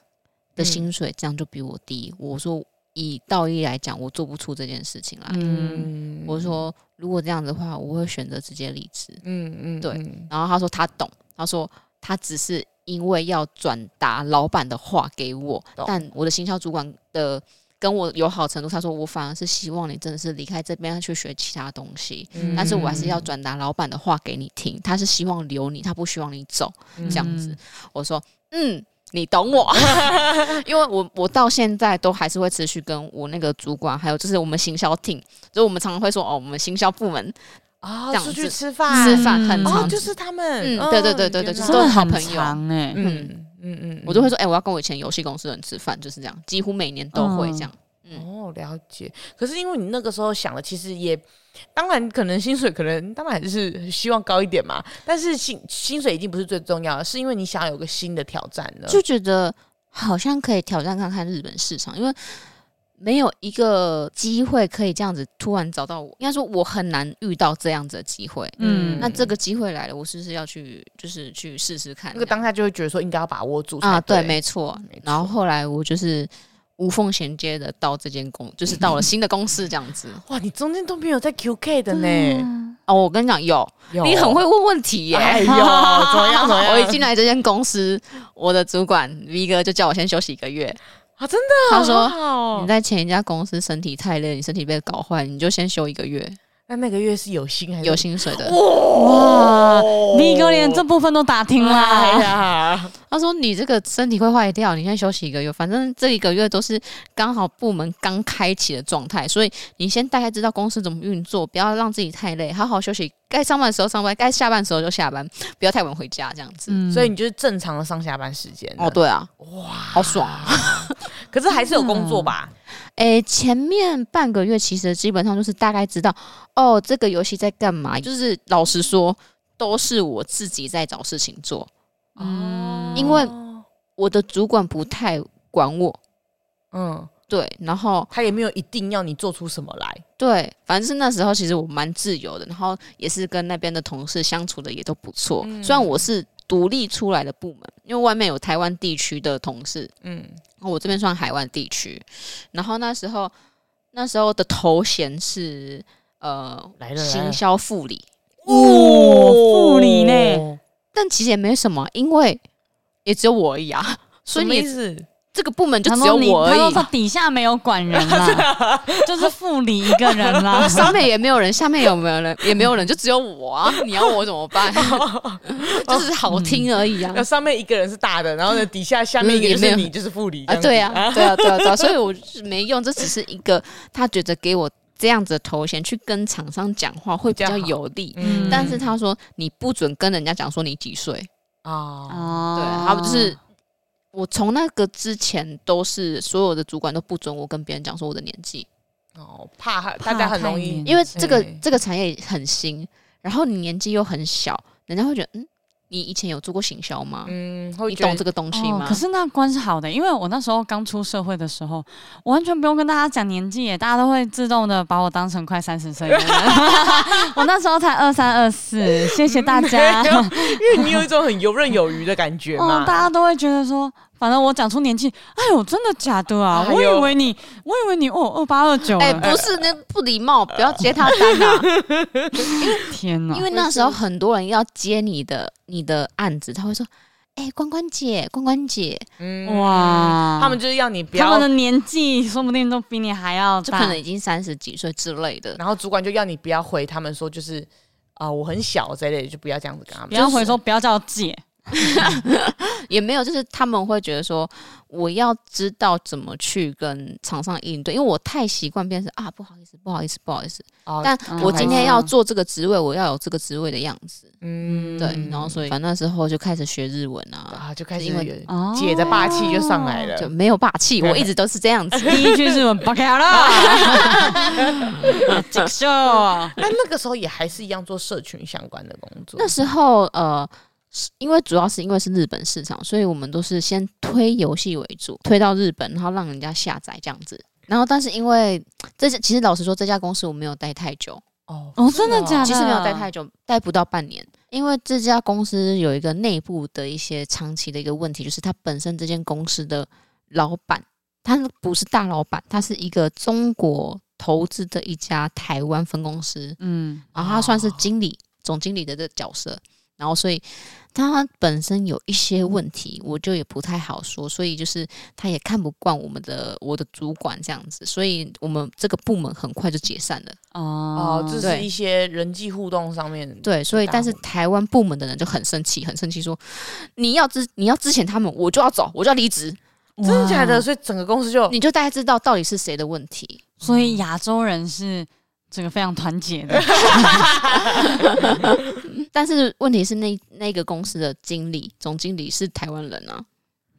C: 的薪水，这样就比我低。我说以道义来讲，我做不出这件事情来。
B: 嗯，
C: 我说如果这样子的话，我会选择直接离职。
A: 嗯嗯
C: 对然后他说他懂，他说他只是因为要转达老板的话给我
A: 懂，
C: 但我的行销主管的跟我友好程度，他说我反而是希望你真的是离开这边去学其他东西，
A: 嗯
C: 但是我还是要转达老板的话给你听，他是希望留你，他不希望你走。这样子
B: 嗯。
C: 我说，嗯，你懂我， [laughs] 因为我我到现在都还是会持续跟我那个主管，还有就是我们行销 team，就是我们常常会说，哦，我们行销部门
A: 啊
C: 这，样
A: 出
C: 子
A: 去吃饭
C: 吃饭很
B: 嗯
A: 哦，
C: 常，
A: 就是他们，
C: 嗯
A: 哦
C: 对对对对对
A: 原来
C: 就是
B: 真的
C: 都是好
B: 很
C: 朋友
B: 长哎，
A: 嗯嗯嗯，
C: 我就会说，哎、我要跟我以前游戏公司的人吃饭，就是这样，几乎每年都会这样。
A: 哦，了解。可是因为你那个时候想的，其实也当然可能薪水可能当然还是希望高一点嘛，但是薪薪水已经不是最重要的，是因为你想要有个新的挑战了。
C: 就觉得好像可以挑战看看日本市场，因为没有一个机会可以这样子突然找到我。应该说我很难遇到这样子的机会。
B: 嗯
C: 那这个机会来了，我是不是要去就是去试试看？
A: 那个当下就会觉得说应该要把握住才
C: 啊，
A: 对，
C: 对，没错
A: 没错。
C: 然后后来我就是无缝衔接的到这间公，就是到了新的公司这样 [laughs] 子。
A: 哇，你中间都没有在 QK 的呢，
C: 哦，我跟你讲，有
A: 有
C: 你很会问问题耶。 [laughs]
A: 哎呦，怎么样怎么样？
C: 我一进来这间公司，我的主管 V 哥就叫我先休息一个月。
A: 啊，真的，
C: 他说
A: 好好哦
C: 你在前一家公司身体太累，你身体被搞坏，你就先休一个月，
A: [laughs] 那那个月是有薪还是哦
C: 有薪水的。
B: 哇，你哥
C: 哦
B: 连这部分都打 [laughs] 听
A: 哎
B: 啦，
A: 呀，
C: 他说你这个身体会坏掉，你先休息一个月，反正这一个月都是刚好部门刚开启的状态，所以你先大概知道公司怎么运作，不要让自己太累，好好休息，该上班的时候上班，该下班的时候就下班，不要太晚回家这样子。
B: 嗯
A: 所以你就是正常的上下班时间
C: 哦，，对啊，哇，好爽啊！
A: 可是还是有工作吧？
C: 诶，前面半个月其实基本上就是大概知道，哦，这个游戏在干嘛。就是老实说，都是我自己在找事情做，
B: 嗯
C: 因为我的主管不太管我。
A: 嗯，
C: 对，然后
A: 他也没有一定要你做出什么来，
C: 对，反正是那时候其实我蛮自由的，然后也是跟那边的同事相处的也都不错。
A: 嗯
C: 虽然我是独立出来的部门，因为外面有台湾地区的同事，
A: 嗯，
C: 我这边算海外地区。然后那时候那时候的头衔是呃
A: 来了来
C: 行
A: 了
C: 销副理，
B: 哦妇女
C: 哦
B: 呢？
C: 但其实也没什么，因为也只有我而
A: [laughs]
C: 已啊，
A: 什
C: 所以
A: 么意
C: 你
A: 思？
C: 这个部门就
B: 他
C: 只
B: 说
C: 有
B: 你，
C: 我而
B: 他说
C: 已。
B: 他。底下没有管人啦，就是副理一个人啦
C: [laughs] 上面也没有人，下面有没有人？ [laughs] 也没有人，就只有我
A: [laughs]
C: 啊！你要我怎么办？ [laughs] 就是好听而已啊！
A: 那上面一个人是大的，然后呢，底下下面一个就
C: 也没
A: 是
C: 有
A: 你，就是副理
C: 啊，对啊，对啊，对啊，对啊，所以我就是没用，这只是一个他觉得给我这样子的头衔去跟厂商讲话会比
A: 比
C: 较
A: 较好
C: 有利。
A: 嗯
C: 但是他说你不准跟人家讲说你几岁，
A: 啊，
B: 哦，
C: 对，还有就是我从那个之前都是所有的主管都不准我跟别人讲说我的年纪，
A: 哦，怕大家很容易
B: 嗯
C: 因为这个
A: 对
C: 这个产业很新，然后你年纪又很小，人家会觉得嗯，你以前有做过行销吗？
A: 嗯，会
C: 你
A: 觉得
C: 懂这个东西
B: 哦
C: 吗？
B: 可是那关是好的，因为我那时候刚出社会的时候，我完全不用跟大家讲年纪耶，大家都会自动的把我当成快三十岁的
A: [laughs]
B: 人。我那时候才二三二四，谢谢大
A: [laughs]
B: 家。
A: 没有因为你有一种很游刃有余的感觉
B: 哦，
A: 嘛
B: 大。家都会觉得说，反正我讲出年纪，哎呦，真的假的啊？
A: 哎
B: 我
A: 呦
B: 以为你，我以为你哦，二八二九
C: 哎、
B: 了，
C: 不是，那不礼貌，不要接他
A: [laughs]
C: 单啊！
B: 天哪！
C: 因为那时候很多人要接你的你的案子，他会说：“哎、关关姐，关关姐，
A: 嗯，
B: 哇，
A: 他们就是要你不
B: 他
A: 要
B: 们，的年纪说不定都比你还要
C: 就
B: 大，
C: 可能已经三十几岁之类的。
A: 然后主管就要你不要回他们说就是啊，我很小这类的，就不要这样子跟他
B: 不
A: 们。
B: 要回说不要叫我姐，”
C: 也没有，就是他们会觉得说，我要知道怎么去跟厂商应对，因为我太习惯变成啊，不好意思，不好意思，不好意思。
A: 哦
C: 但
B: 嗯
C: 我今天要做这个职位，我要有这个职位的样子。
A: 嗯
C: 对，然后所以反正那时候就开始学日文啊，
A: 啊，就开始
C: 因为
A: 有
B: 哦
A: 姐的霸气就上来
C: 就
A: 了。
C: 没有霸气，我一直都是这样子。
B: 第一句是我巴卡啦，啊这秀
A: 那那个时候也还是一样做社群相关的工作
C: [laughs] 那。时候呃，是因为主要是因为是日本市场，所以我们都是先推游戏为主，推到日本，然后让人家下载这样子。然后，但是因为这家其实老实说，这家公司我没有待太久，
A: 哦
B: 哦真的假的
C: 其实没有待太久，待不到半年。因为这家公司有一个内部的一些长期的一个问题，就是它本身这间公司的老板，他不是大老板，他是一个中国投资的一家台湾分公司，
B: 嗯
C: 然后他算是经理、总经理的这个角色，然后所以他本身有一些问题，我就也不太好说，所以就是他也看不惯我们的我的主管这样子，所以我们这个部门很快就解散了。
A: 哦
B: 哦，，
A: 这是
C: 对
A: 一些人际互动上面，
C: 对，所以
A: 大
C: 但是
A: 户
C: 台湾部门的人就很生气，很生气说你要之你要之前他们，我就要走，我就要离职，
A: 真的假的？所以整个公司就
C: 你就大概知道到底是谁的问题。
B: 所以亚洲人是这个非常团结的，
C: 但是问题是那那个公司的经理总经理是台湾人啊，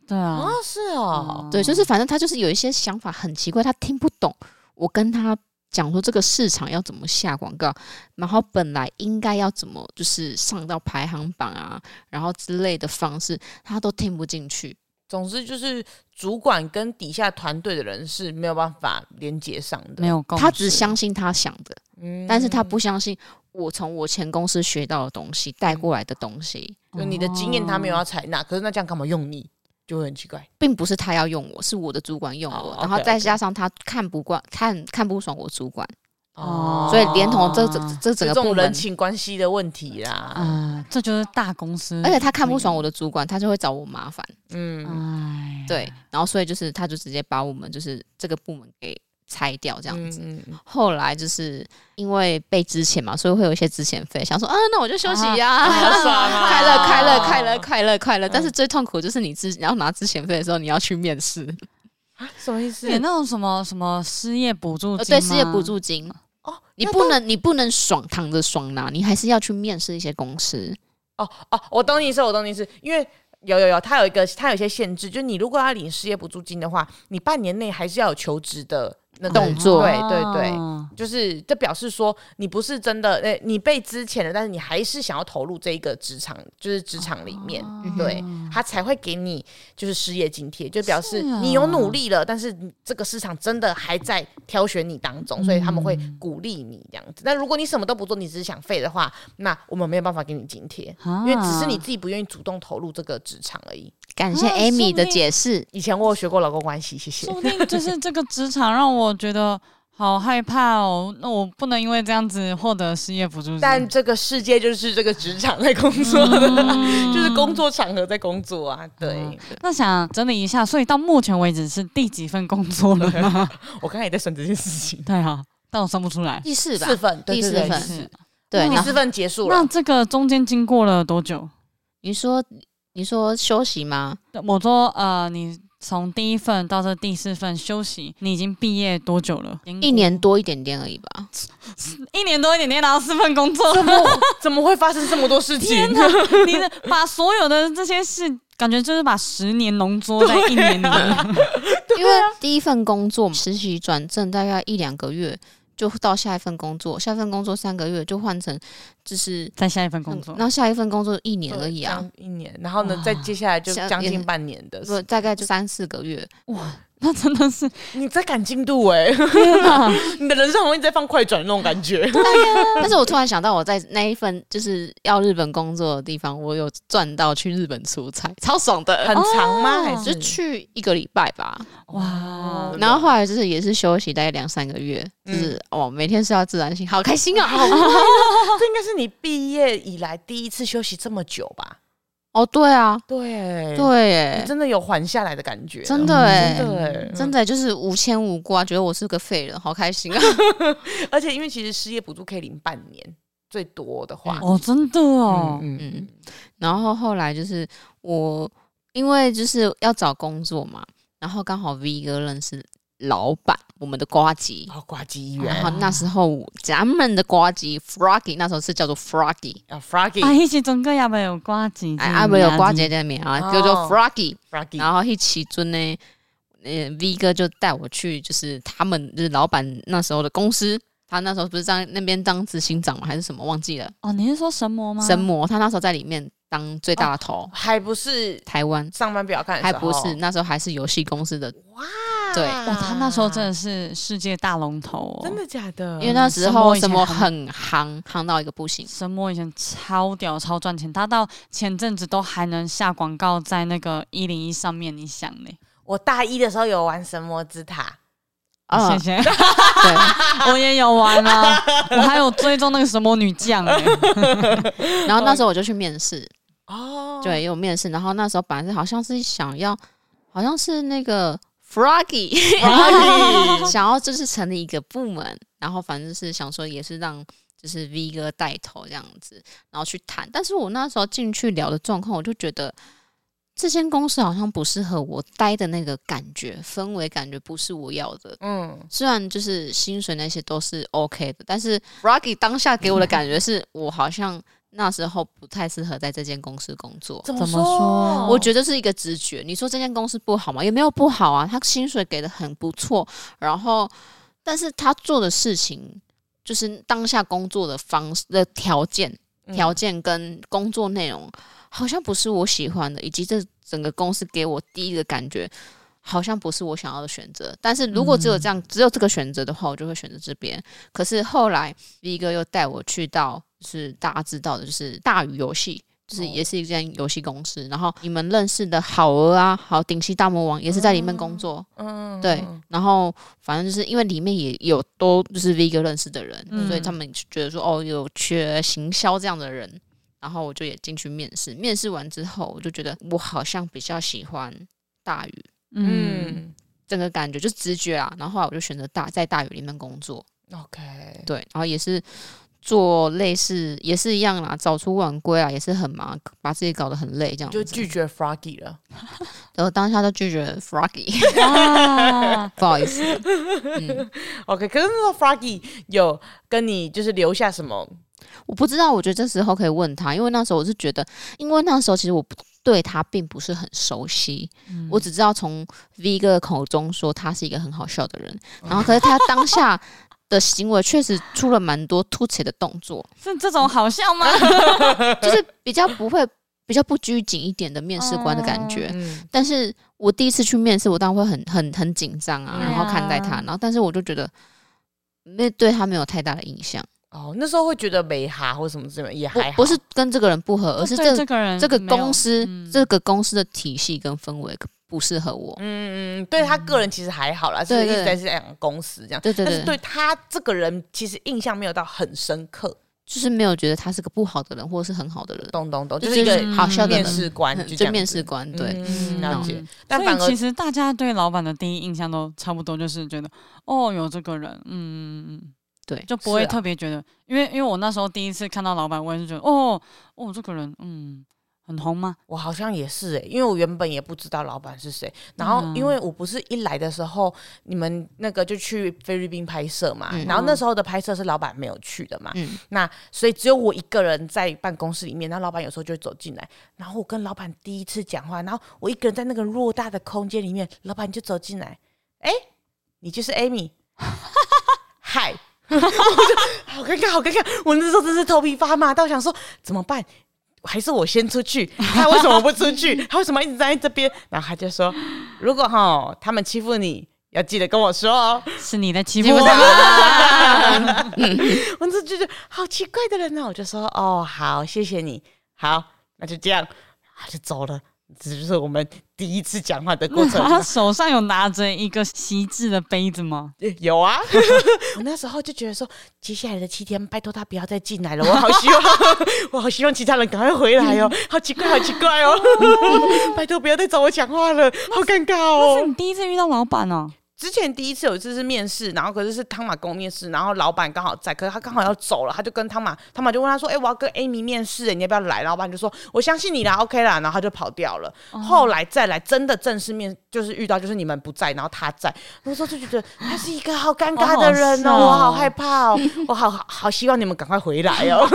B: 对啊
A: 啊，，
C: 嗯
A: 是哦，
C: 对，啊就是反正他就是有一些想法很奇怪，他听不懂。我跟他讲说这个市场要怎么下广告，然后本来应该要怎么就是上到排行榜啊，然后之类的方式，他都听不进去。
A: 总之就是主管跟底下团队的人是没有办法连接上的，
B: 没，有共识，
C: 他只相信他想的，
A: 嗯
C: 但是他不相信我从我前公司学到的东西
A: 嗯
C: 带过来的东西，
A: 就你的经验他没有
B: 哦
A: 要采纳，可是那这样干嘛用你？就会很奇怪。
C: 并不是他要用我，是我的主管用我
A: 哦，
C: 然后
A: OK，OK
C: 再加上他看不惯、看看不爽我主管，
B: 哦
C: 所以连同这这
B: 哦
C: 这整
A: 这
C: 个
A: 种
C: 部门嗯
A: 人。情关系的问题啦，
B: 啊，这就是大公司，
C: 而且他看不爽我的主管，他就会找我麻烦。
A: 嗯，
B: 哎，
C: 对，然后所以就是他就直接把我们就是这个部门给拆掉这样子。
A: 嗯嗯
C: 后来就是因为被支遣嘛，所以会有一些支遣费，想说啊，那我就休息呀、 [laughs]
A: 好爽啊
C: [laughs] 快乐快乐快乐快乐快乐。但是最痛苦就是你之你要拿支遣费的时候，你要去面试，
A: 嗯什么意思？
B: 有那种什么什么失业补助
C: 呃，
B: 金吗，
C: 对，失业补助金。
A: 哦，
C: 你
A: 那
C: 不能，你不能爽躺着爽拿，你还是要去面试一些公司。
A: 哦哦，我懂你意思，我懂你意思，因为有有有，它有一个，它有一些限制，就是你如果要领失业补助金的话，你半年内还是要有求职的那个
C: 动作
A: 对对对。
B: 哦
A: 就是这表示说你不是真的，呃，你被之前了，但是你还是想要投入这一个职场，就是职场里面，
C: 嗯
A: 对他才会给你就是失业津贴，就表示
B: 是啊
A: 你有努力了，但是这个市场真的还在挑选你当中，所以他们会鼓励你这样子。那如果你什么都不做，你只是想废的话，那我们没有办法给你津贴，因为只是
C: 啊
A: 你自己不愿意主动投入这个职场而已。
C: 感谢
B: 啊
C: Amy
B: 说不
C: 的
B: 定
C: 解释。
A: 以前我有学过劳工关系，谢谢
B: 说。不定就是这个职场让我觉得好害怕哦。那我不能因为这样子获得失业补助金，
A: [laughs] 但这个世界就是这个职场在工作的啦，
C: 嗯
A: [laughs] 就是工作场合在工作啊。对，
B: 嗯那想整理一下，所以到目前为止是第几份工作了吗？
A: 我刚才也在算这件事情。
B: 对啊，但我算不出来。
C: 第四吧，嗯
A: 四份，对
C: 第
A: 对
C: 四
A: 对
C: 份
A: 是
C: 对，
A: 第
C: 然后
A: 四份结束
B: 那
A: 了。
B: 这个中间经过了多久？
C: 你说你说休息吗？
B: 我说，呃，你从第一份到这第四份休息，你已经毕业多久了？
C: 一年，多一点点而已吧。
B: 一年多一点点，然后四份工作，
A: 怎么会发生这么多事情？
B: 你的把所有的这些事，感觉就是把十年浓缩在一年里面。 [laughs]
C: 因为第一份工作实习转正大概一两个月，就到下一份工作，下一份工作三个月就换成就是嗯
B: 再下一份工作，
C: 那下一份工作一年而已啊，，
A: 一年。然后呢，再接下来就
C: 想
A: 将
C: 也
A: 近
C: 是
A: 半年的。
C: 不大概就三四个月。
B: 那真的
C: [laughs]
B: 是
A: 你在赶进度哎， [laughs]
B: 天哪！
A: 你的人生好像一直在放快转那种感觉。
C: [laughs] 但是我突然想到，我在那一份就是要日本工作的地方，我有赚到去日本出差，超爽的，
A: 很长吗？
B: 哦
A: 还
C: 就是去一个礼拜吧。
B: 哇
C: 然后后来就是也是休息大概两三个月，
A: 嗯
C: 就是、哦，每天睡到自然醒，好开
A: [laughs]
C: 心啊！
A: 这应该是你毕业以来第一次休息这么久吧？
C: [laughs] 哦，对啊，
A: 对，
C: 对
A: 你
C: 耶，
A: 真的有缓下来的感觉，
C: 真的哎，
A: 嗯真的欸耶
C: 真的就是无牵无挂，觉得我是个废人，好
A: [laughs]
C: 开心啊！
A: 嗯而且因为其实失业补助可以领半年，最多的话，
B: 哦，真的哦，
A: 嗯
C: 嗯，然后后来就是我，因为就是要找工作嘛，然后刚好 V 哥认识老板，我们的瓜吉，
A: 然后挂机医
C: 然
A: 院
C: 后那时候咱们的瓜吉 Froggy 那时候是叫做 Froggy，
A: 啊，Froggy
B: 啊，一起整个也没有瓜子，
C: 嗯哎，阿没有瓜姐在面啊，
B: 嗯
C: 叫做
A: 哦
C: Froggy，
A: Froggy，
C: 然后一起尊呢。呃，V 哥就带我去，就是他们就是老板那时候的公司，他那时候不是在那边当执行长吗？还是什么忘记了？
B: 哦，你是说神魔吗？哦
C: 神魔，他那时候在里面当最大的头，
A: 还不是
C: 台湾
A: 上班表看的
C: 还
A: 时候，啊
C: 不是那时候还是游戏公司的，对哦
B: 哇，他那时候
C: 啊
B: 真的是世界大龙头哦，
A: 真的假的？
C: 因为那时
B: 神魔
C: 候
B: 以前
C: 什么
B: 很
C: 很夯，夯到一个
B: [laughs]
C: 不行。
B: 神魔以前超屌、超赚钱，他到前阵子都还能下广告在那个一零一上面，你想呢？
A: 我大一的时候有玩神魔之塔，
C: 啊
B: 谢，谢， [laughs]
C: 对，
B: 我也有玩啊，我还有追踪那个什么女将、
C: [laughs]
B: 欸，
C: 然后那时候我就去面试，
A: 哦，
C: 对，有面试，然后那时候本来是好像是想要，好像是那个 Froggy，想要就是成立一个部门，然后反正是想说也是让就是 V 哥带头这样子，然后去谈。但是我那时候进去聊的状况，我就觉得这间公司好像不适合我待的那个感觉氛围，感觉不是我要的。
A: 嗯，
C: 虽然就是薪水那些都是 OK 的，但是 Rocky 当下给我的感觉是我好像那时候不太适合在这间公司工作。
A: 怎
B: 怎么说
C: 我
A: 觉
C: 觉得是一个直觉。你说这间公司不好吗？也没有不好啊，他薪水给的很不错，然后但是他做的事情就是当下工作的方式的条件、
A: 嗯
C: 条件跟工作内容，好像不是我喜欢的，以及这整个公司给我第一个感觉。好像不是我想要的选择，但是如果只有这样，只有这个选择的话，我就会选择这边。可是后来 V 哥又带我去到，就是大家知道的，就是大鱼游戏，就是也是一间游戏公司。然后你们认识的好鹅啊，好顶级大魔王也是在里面工作，
A: 嗯
C: 对。然后反正就是因为里面也有都就是 V 哥认识的人，
B: 嗯
C: 所以他们就觉得说哦有缺行销这样的人，然后我就也进去面试。面试完之后，我就觉得我好像比较喜欢大鱼。
B: 嗯，
A: 嗯
C: 整个感觉就直觉啊，然后后来我就选择大在大鱼里面工作，
A: 嗯，OK，
C: 对，然后也是做类似也是一样啦，早出晚归啊，也是很忙，把自己搞得很累这样
A: 就
C: 子。
A: 拒绝 Froggy 了。
C: 然后当下就拒绝了 Froggy， [laughs]
B: 啊，
C: 不好意思，嗯，
A: OK，可是那时候 Froggy 有跟你就是留下什么？
C: 我不知道，我觉得这时候可以问他，因为那时候我是觉得，因为那时候其实我不对他并不是很熟悉，
A: 嗯
C: 我只知道从 V 哥的口中说他是一个很好笑的人，
A: 嗯
C: 然后可是他当下的行为确实出了蛮多凸起的动作，
B: 是这种好笑吗？
C: 就是比较不会、比较不拘谨一点的面试官的感觉。
A: 嗯，
C: 但是我第一次去面试，我当然会很、很、很紧张啊，
A: 对啊
C: 然后看待他，然后但是我就觉得那对他没有太大的印象，
A: 哦，那时候会觉得没哈或什么之类的，也
C: 不
A: 还好。哦
C: 不是跟这个人不合，而是
B: 哦对
C: 这
B: 这个人
C: 这个
B: 没有
C: 公司、
B: 嗯
C: 这个公司的体系跟氛围不适合我。
A: 嗯，嗯嗯，对他个人其实还好啦，是
C: 对
A: 一直
C: 嗯对
A: 在这两个公司这样。
C: 对对
A: 但是
C: 对，
A: 对他这个人其实印象没有到很深刻，
C: 就是没有觉得他是个不好的人，或者是很好的人，
A: 懂懂懂，
C: 就
A: 就是一
C: 是
A: 个
C: 好笑的
A: 面
C: 人，
A: 试官，就这
C: 嗯就
A: 样
C: 面
A: 子
C: 试官对。
A: 嗯，了解
B: 嗯。
A: 但
B: 所
A: 反
B: 以
A: 而
B: 其实大家对老板的第一印象都差不多，就是觉得哦有这个人，嗯嗯，嗯
C: 对
B: 就不会
A: 是啊
B: 特别觉得，因为因为我那时候第一次看到老板，我也是觉得哦哦这个人，嗯，很红吗？ [laughs]
A: 我好像也是哎、因为我原本也不知道老板是
C: 嗯
A: 谁，然后因为我不是一来的时候，你们那个就去菲律宾拍摄嘛，
C: 嗯
A: 然后那时候的拍摄是老板没有去的嘛，
C: 嗯
A: 那所以只有我一个人在办公室里面，然后老板有时候就会走进来，然后我跟老板第一次讲话，然后我一个人在那个偌大的空间里面，老板就走进来，哎、你就是 Amy，嗨。 [laughs] 我就好尴尬，好尴尬！我那时候真是头皮发麻，到想说怎么办？还是我先出去？他为什么不出去？他为什么一直在这边？然后他就说：“如果哈他们欺负你，要记得跟我说哦。
B: 是你在欺
C: 你
B: 负
C: 不是
B: 我，
A: 我就觉得好奇怪的人呢、我就说：“哦，好，谢谢你，好，那就这样。”他就走了。这就是我们第一次讲话的过程。
B: [laughs] 他手上有拿着一个锡制的杯子吗？
A: [laughs] 有啊， [laughs] 我那时候就觉得说，接下来的七天，拜托他不要再进来了，我好希望， [laughs] 我好希望其他人赶快回来哦，好奇怪，好奇怪 [laughs] 哦，拜托不要再找我讲话了，好尴尬
B: 那是
A: 哦。
B: 你第一次遇到老板哦，
A: 之前第一次有一次是面试，然后可是是汤马跟我面试，然后老板刚好在，可是他刚好要走了，他就跟汤马，汤马就问他说：“哎、我要跟 Amy 面试、哎你要不要来？”老板就说：“我相信你啦，OK 啦。”然后他就跑掉了。后来再来真的正式面，就是遇到就是你们不在，然后他在，那时候就觉得他是一个好尴尬的人哦，
B: 好好笑哦
A: 我好害怕 [laughs] 哦，我好好好希望你们赶快回来 [laughs] 哦。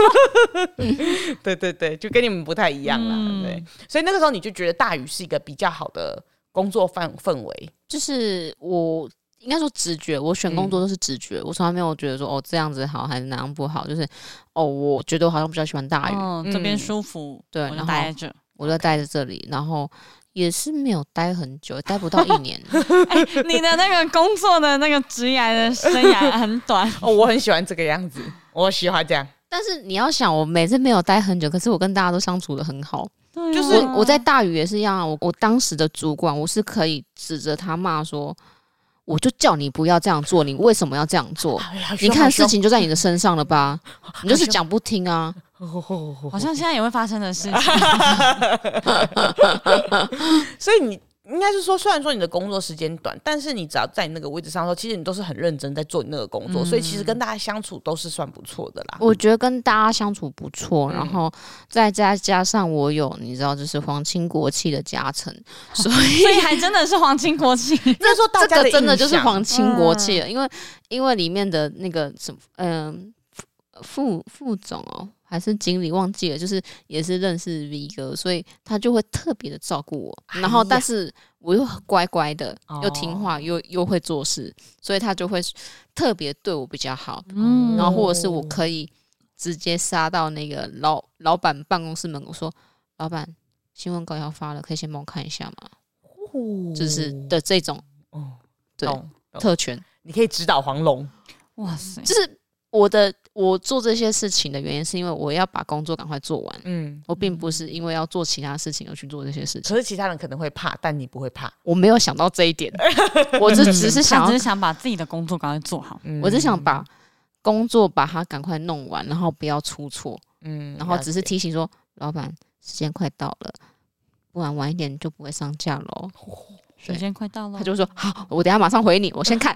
A: 对对对，就跟你们不太一样啦，
B: 嗯
A: 对。所以那个时候你就觉得大宇是一个比较好的工作氛氛围，
C: 就是我应该说直觉，我选工作都是直觉，我从来没有觉得说哦这样子好还是那样不好，就是哦我觉得我好像比较喜欢大鱼，
B: 哦这边
A: 嗯
B: 舒服，
C: 对
B: 我
C: 然
B: 就
C: 后
B: 待着。
C: 我就待在这里，然后也是没有待很久，待不到一年， [laughs]
B: 哎，你的那个工作的那个职涯的生涯很短，
A: 哦，我很喜欢这个样子，我喜欢这样。
C: 但是你要想，我每次没有待很久，可是我跟大家都相处的很好，
B: 对啊
A: 就是
C: 我我在大宇也是一样啊，我我当时的主管，我是可以指着他骂说，我就叫你不要这样做，你为什么要这样做？
A: 哎呀
C: 你看事，情就在你的身上了吧，你就是
A: 好凶
C: 讲不听啊。
A: 好凶好凶
B: 好像现在也会发生的事情。
A: 所以你应该是说，虽然说你的工作时间短，但是你只要在你那个位置上的时候，其实你都是很认真在做你那个工作，所以其实跟大家相处都是算不错的啦。
C: 我觉得跟大家相处不错，
A: 嗯
C: 然后再加加上我有你知道，就是皇亲国戚的加成，所以
B: 所以还真的是皇亲国戚，
A: 那时候大
C: 这
A: 家
C: 个
A: 的
C: 真的就是
A: 印象嗯
C: 皇亲国戚了，因为因为里面的那个什么，嗯、副副总哦，还是经理忘记了，就是也是认识 V 哥，所以他就会特别的照顾我，
A: 哎呀
C: 然后但是我又乖乖的
A: 哦，
C: 又听话，又又会做事，所以他就会呃特别对我比较好，
B: [laughs] 嗯
C: 然后或者是我可以直接杀到那个老老板办公室门口说，老板。新闻稿要发了，可以先帮我看一下吗？就是的这种
A: 哦，
C: 对
A: 懂
C: 特权，
A: 你可以指导黄龙，
B: 哇塞，
C: 就是我的我做这些事情的原因，是因为我要把工作赶快做完，
A: 嗯。
C: 我并不是因为要做其他事情而去做这些事情。
A: 可是其他人可能会怕，但你不会怕。
C: 我没有想到这一点，我就只是
B: 他
C: 想
B: 只是
C: 要，
B: 想把自己的工作赶快做好。
A: 嗯
C: 我只想，把工作把它赶快弄完，然后不要出错，
A: 嗯
C: 然后只是
A: 了解
C: 提醒说，老板时间快到了，不然晚一点就不会上架喽。
B: 时间快到了，
C: 他就说好，我等一下马上回你，我先看。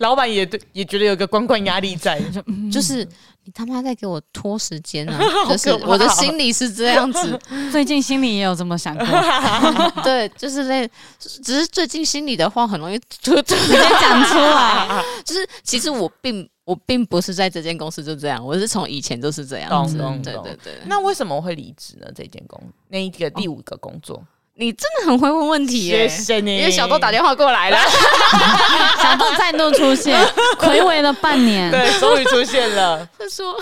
A: 老板也对，也觉得有个关关压力在。
B: 就嗯
C: 就是你他妈在给我拖时间啊！
A: [laughs] 好
C: 就是
A: 可怕哦
C: 我的心里是这样子，
B: 最近心里也有这么 [laughs] 想过，直
C: [laughs] 对，就是那，只是最近心里的话很容易就就
B: 接讲出来。
C: 就是，其实我并我并不是在这间公司就这样，我是从以前就是这样
A: 懂
C: 子
A: 懂，
C: 对
A: 懂
C: 对对。
A: [laughs] 那为什么会离职呢？这件工那一个第五个工作，
C: 你真的很会问问题耶、
A: 谢你
C: 因为小豆打电话过 [laughs] 来了，
B: 小豆再度出 [laughs] 现，暌违了半年，
A: 对，终于出现了。
C: 他说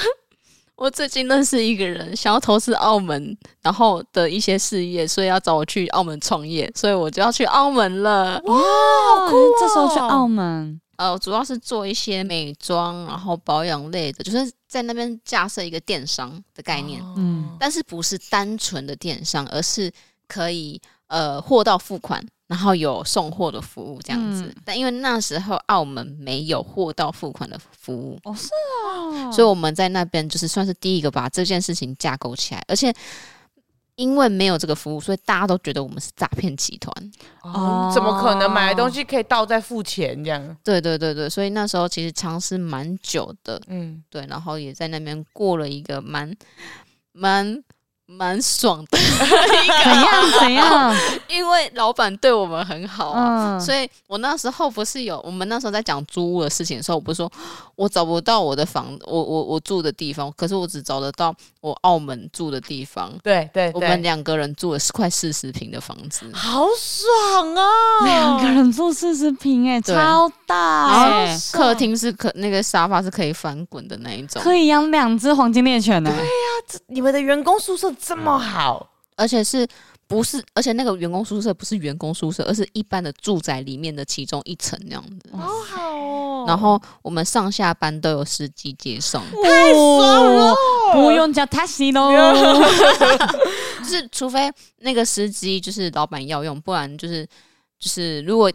C: 我最近认识一个人，想要投资澳门，然后的一些事业，所以要找我去澳门创业，所以我就要去澳门了。
B: 哇，这时候去澳门，
C: 呃，主要是做一些美妆，然后保养类的，就是在那边架设一个电商的概念。
B: 嗯，
C: 但是不是单纯的电商，而是可以呃货到付款，然后有送货的服务这样子。
B: 嗯
C: 但因为那时候澳门没有货到付款的服务，
B: 哦是啊，
C: 所以我们在那边就是算是第一个把这件事情架构起来，而且。因为没有这个服务，所以大家都觉得我们是诈骗集团。
A: [laughs] 哦，怎么可能买的东西可以倒再付钱这样？
C: 对对对对，所以那时候其实尝试蛮久的，
A: 嗯，
C: 对，然后也在那边过了一个蛮蛮蛮爽的，
B: 怎 [laughs] 样怎样，
C: 因为老板对我们很好啊，
B: 嗯，
C: 所以我那时候不是有我们那时候在讲租屋的事情的时候，我不是说我找不到我的房，我我我住的地方，可是我只找得到我澳门住的地方。
A: 对对
C: 我们
A: 对，
C: 两个人住了快四十平的房子，
A: 好爽啊！
B: 两个人做四十平，哎，
C: 对
B: 超大
C: 然
B: 哎
C: 后。客厅是可那个沙发是可以翻滚的那一种，
B: 可以养两只黄金猎犬呢、哎
A: 你们的员工宿舍这么好，
C: 而且是不是？而且那个员工宿舍不是员工宿舍，而是一般的住宅里面的其中一层那样子。
A: 好好哦。
C: 然后我们上下班都有司机接送，
B: 太爽
A: 哦
B: 了，哦不用叫 taxi 喽。
C: 就是除非那个司机就是老板要用，不然就是就是如果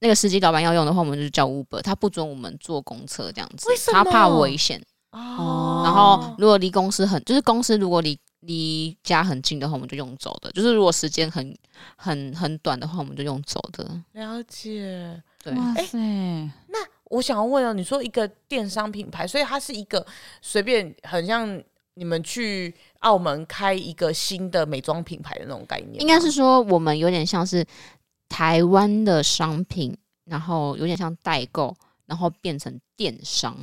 C: 那个司机老板要用的话，我们就叫 Uber，他不准我们坐公车这样子
A: 为什，么
C: 他怕危险。
A: 哦，
C: 然后如果离公司很，就是公司如果离离家很近的话，我们就用走的；就是如果时间很很很短的话，我们就用走的。
A: 了解。
C: 对，
B: 哇塞，
A: 那我想要问哦，你说一个电商品牌，所以它是一个随便，很像你们去澳门开一个新的美妆品牌的那种概念吗，
C: 应该是说我们有点像是台湾的商品，然后有点像代购，然后变成电商。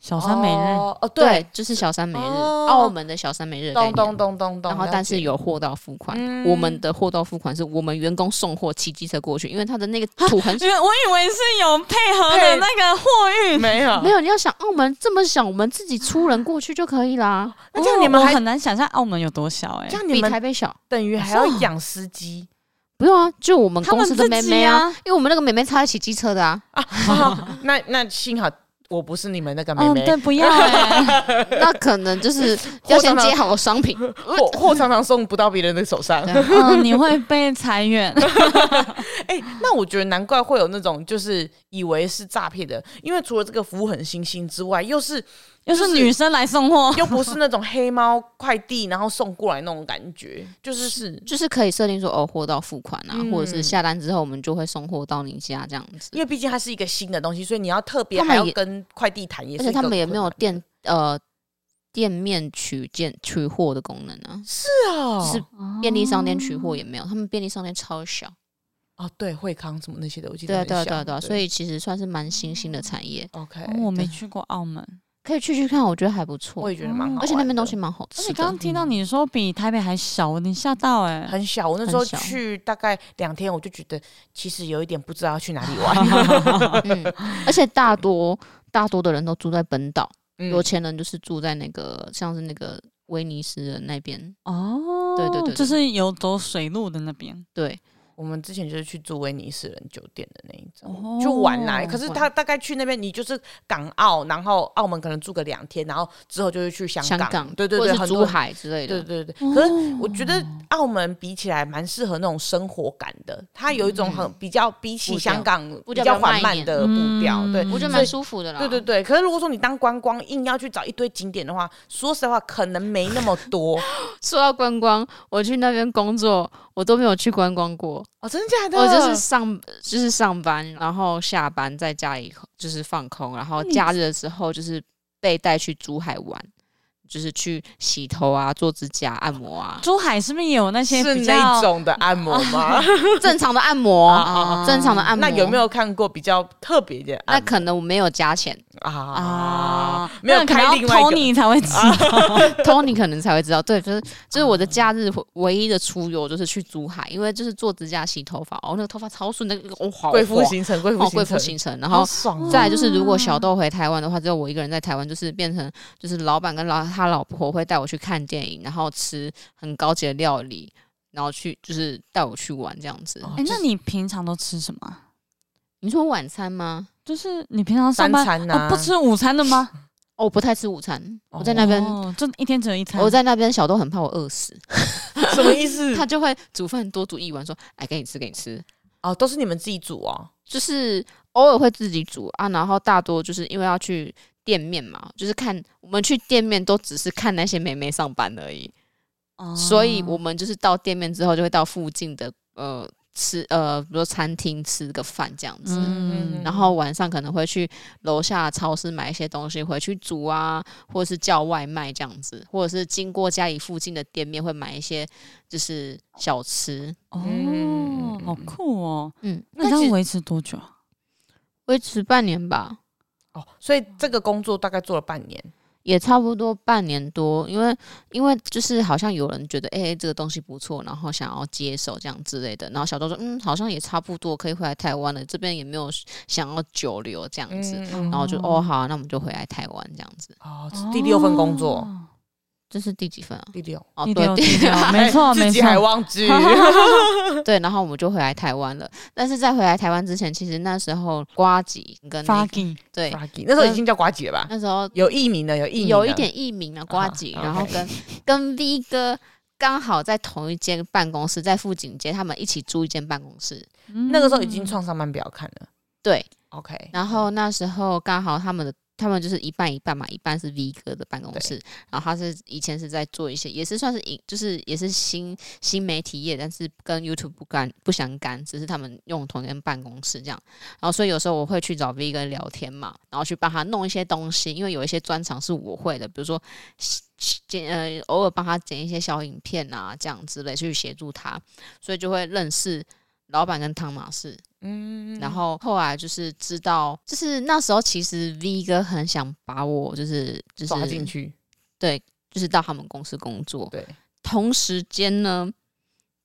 B: 小三每日
A: 哦，哦对
C: 对，，就是小三每日，
A: 哦
C: 澳门的小三每日的概
A: 咚
C: 念，
A: 咚咚咚咚，
C: 然后
A: 了
C: 但是
A: 解
C: 有货到付款。
A: 嗯
C: 我们的货到付款是我们员工送货骑机车过去，因为他的那个土很小。
B: 因为我以为是有配合的那个货运，
A: 没有
C: 没有，你要想澳门这么小，我们自己出人过去就可以啦，
A: 那这样你们
B: 我
A: 还
B: 很难想象澳门有多小哎、
A: 这样你
C: 比台
A: 们
C: 北小。
A: 等于还要养司 [laughs] 机
C: 不用啊，就我们
B: 他
C: 公
B: 们
C: 司的妹
B: 自
C: 妹
B: 己
C: 啊，
B: 啊，
C: [laughs] 因为我们那个妹妹她在骑机车的啊，
A: 啊？那那幸好我不是你们那个妹
B: 哦，
A: 妹，
B: 对，不要、欸，
C: 那可能 [laughs] 就是要先接 [laughs] 好商品。
A: [laughs] 货货常常送不到别人的手上。
C: 对
B: 嗯，你会被裁员。
A: 哎、那我觉得难怪会有那种就是以为是诈骗的，因为除了这个服务很新兴之外，又是
B: 又是女生来送货，
A: 又不是那种黑猫快递然后送过来那种感觉，就是是。
C: 就是可以设定说哦，货到付款啊，
A: 嗯
C: 或者是下单之后我们就会送货到你家这样子。
A: 因为毕竟它是一个新的东西，所以你要特别
C: 他们
A: 还要
C: 也
A: 跟快递谈，也
C: 而
A: 是
C: 且
A: 一个
C: 他们也没有
A: 困难
C: 店呃店面取件取货的功能啊，
A: 是哦，
C: 是便利商店取货也没有，他们便利商店超小。
A: 哦，对，惠康什么那些的，我记得
C: 对啊
A: 很
C: 对啊对啊
A: 像
C: 对啊，所以其实算是蛮新兴的
A: 嗯
C: 产业，
A: OK，、
B: 哦我没
C: 对
B: 去过澳门，
C: 可以去去看，我觉得还不
A: 我
C: 错。
A: 也觉得蛮好玩的，
C: 而且那边东西蛮好
B: 而
C: 吃
B: 且
C: 的。
B: 刚刚听到你说比台北还小，我有点吓到哎、
A: 很小，我那时候
C: 很小
A: 去大概两天，我就觉得其实有一点不知道要去哪里玩。
C: [laughs] 嗯，
A: [laughs]
C: 而且大多大多的人都住在本岛，
A: 嗯
C: 有钱人就是住在那个像是那个威尼斯的那边。
B: 哦，
C: 对对对对
B: 就是有走水路的那边，
C: 对，
A: 我们之前就是去住威尼斯人酒店的那一种，
B: 哦
A: 就玩啦。可是
C: 玩
A: 他大概去那边，你就是港澳，然后澳门可能住个两天，然后之后就是去香
C: 香港
A: 对对
C: 或
A: 对，
C: 者是
A: 很
C: 珠
A: 多。
C: 海之类
A: 对
C: 的。哦
A: 对对，可是我觉得澳门比起来蛮适合那种生活感的，它有一种很比较比起
C: 嗯步调
A: 香港比
C: 步调
A: 较
C: 比较慢
A: 缓
C: 一
A: 慢
C: 点
A: 的步调，对，
B: 嗯
C: 我觉
A: 所
C: 得
A: 以
C: 蛮舒服的啦。
A: 对对对，可是如果说你当观光硬要去找一堆景点的话，说实话可能没那么多
C: [laughs] 说到观光，我去那边工作，我都没有去观光过。
A: [laughs] 哦，真的假的？
C: 我就是上就是上班，然后下班在家里就是放空，然后
B: 你，
C: 假日的时候就是被带去珠海玩，就是去洗头啊、做指甲、按摩啊
B: 珠海是不是也有那些
A: 是
B: 比
A: 那
B: 较？
A: 种的按摩 [laughs] 吗？
C: 正常的按摩，
A: 哦
B: 啊
C: 正常的按摩。
A: 那有没
C: 有？
A: 有看过比较特别的
C: 那
A: 按
C: 可能我没有加钱
A: 啊
B: 啊，
A: 没有
B: 那可
A: 开
B: 能要
A: 另外一个
B: 偷你才会知道。
C: ，Tony 可能才会知道。对，就是就是我的假日唯一的出游就是去珠海，因为就是做指甲、洗头发，哦，那个头发超顺，那个哦好
A: 贵妇
C: 滑
A: 行程？贵
C: 哦
A: 妇
C: 贵
A: 行
C: 妇
A: 程，
C: 行程，然
A: 好
C: 后
A: 爽哦！
C: 再来就是，如果小豆回台湾的话，只有我一个人在台湾，就是变成就是老板跟老他老婆会带我去看电影，然后吃很高级的料理，然后去就是带我去玩这样子。
A: 哦
B: 哎、那你平常都吃什么啊？
C: 你说晚餐吗？
B: 就是你平常上
A: 三
B: 班、
A: 餐啊呐，
B: 哦不吃午餐的吗？
C: 哦，我不太吃午餐，
A: 哦
C: 我在那边。
B: 哦，就一天只有一餐。
C: 我在那边，小豆很怕我饿
A: [laughs]
C: 死，
A: 嗯什么意思？
C: 他就会煮饭多煮一碗，说：“哎，给你吃，给你吃。
A: 哦，都是你们自己煮哦。”
C: 就是偶尔会自己煮啊，然后大多就是因为要去店面嘛，就是看我们去店面都只是看那些美眉上班而已。
B: 哦，
C: 所以我们就是到店面之后，就会到附近的呃吃呃，比如说餐厅吃个饭这样子。
B: 嗯
A: 嗯，
C: 然后晚上可能会去楼下超市买一些东西回去煮啊，或者是叫外卖这样子，或者是经过家里附近的店面会买一些就是小吃，
B: 哦，好酷哦。
C: 嗯，
B: 那你
C: 但
B: 这
C: 其
B: 样
C: 实
B: 维持多久啊？
C: 维持半年吧，
A: 哦，所以这个工作大概做了半年，
C: 也差不多半年多，因为因为就是好像有人觉得哎、诶这个东西不错，然后想要接手这样之类的，然后小周说嗯好像也差不多可以回来台湾了，这边也没有想要久留这样子，
A: 嗯
C: 然后就
B: 哦
C: 哦好、那我们就回来台湾这样子，
A: 哦，是第六份工作，
B: 哦
C: 这是第几份啊？
A: 第六，哎
C: 哦
B: 第
C: 对
B: 六
C: 第
B: 第
A: [laughs]
B: 六，没错
A: 自
B: 没
A: 己还
B: 错。
A: 忘 [laughs] 记
C: 对，然后我们就回来台湾了，但是在回来台湾之前，其实那时候瓜吉跟那
B: f u
C: 个
B: c k i n
C: 对
A: ，Froggy，那时候已经叫瓜姐了吧？
C: 那时候
A: 有艺名的，有艺名的，
C: 有一点艺名啊，瓜吉，
A: 啊
C: 然后
A: OK
C: 跟跟 V 哥刚好在同一间办公室，在富锦街，他们一起租一间办公室。
A: 那个时候已
B: 嗯
C: 嗯
A: 经创上班表看了。
C: 对，
A: OK，
C: 然后那时候刚好他们的他们就是一半一半嘛，一半是 V 哥的办公室，然后他是以前是在做一些，也是算是影，就是也是新新媒体业，但是跟 YouTube 不干不相干，只是他们用同一间办公室这样。然后所以有时候我会去找 V 哥聊天嘛，然后去帮他弄一些东西，因为有一些专长是我会的，比如说剪呃偶尔帮他剪一些小影片啊这样之类去协助他，所以就会认识老板跟汤马士。
A: 嗯
C: 然后后来就是知道，就是那时候其实 V 哥很想把我就是就
A: 嗯
C: 是哦
A: 抓进，去，
C: 就是到他们公司工作。
A: 对，
C: 同时间呢，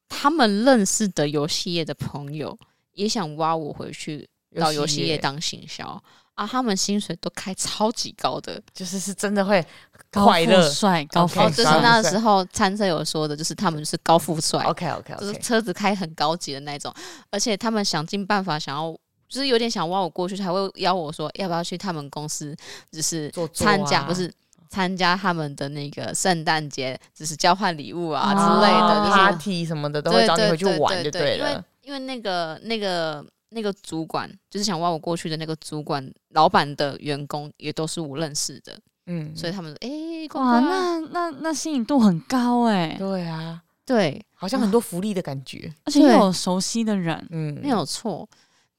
C: 他们认识的游戏业的朋友也想挖我回去到游戏业当行销啊，他们薪水都开超级高的。
A: 就是是真的会
B: 高
A: 快
B: 富
A: 乐。
B: 帅高富
A: 哦
C: 哦，
A: 这
C: 就是
A: 高富
C: 那
A: 帅
C: 时候参赛有说的，就是他们就是高富帅，
A: 哦 OK OK
C: 就是
A: OK，
C: 车子开很高级的那种，而且他们想尽办法想要就是有点想挖我过去，才会邀我说要不要去他们公司，就是
A: 做做啊
C: 参加，不是参加他们的那个圣诞节，只是交换礼物啊
B: 哦
C: 之类的，就是
A: party 什么的都会找你回去玩就
C: 对
A: 了。
C: 因为那个那个那个主管，就是想挖我过去的那个主管，老板的员工也都是我认识的，
A: 嗯，
C: 所以他们说，哎、广
B: 哇，
C: 告啊
B: 那那那吸引度很高哎、
A: 对啊，
C: 对，
A: 好像很多福利的感觉。
B: 而且又
C: 对
B: 有熟悉的人，
A: 嗯，
C: 没有错。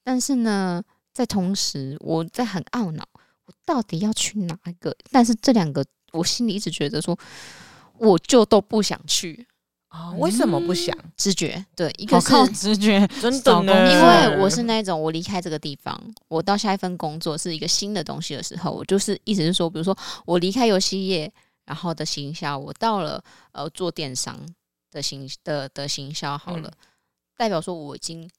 C: 但是呢，在同时，我在很懊恼，我到底要去哪一个？但是这两个，我心里一直觉得说，我就都不想去。
A: 啊，为什么不想？
C: 直觉，对，嗯一
B: 好
C: 个是
B: 靠直觉，
A: 真
B: 找
A: 的
B: 工
A: 呢
B: 作，
C: 因为
A: 嗯
C: 我是那种我离开这个地方，我到下一份工作是一个新的东西的时候，我就是意思是说，比如说我离开游戏业，然后的行销，我到了呃做电商的行的的行销好了，
A: 嗯
C: 代表说我已经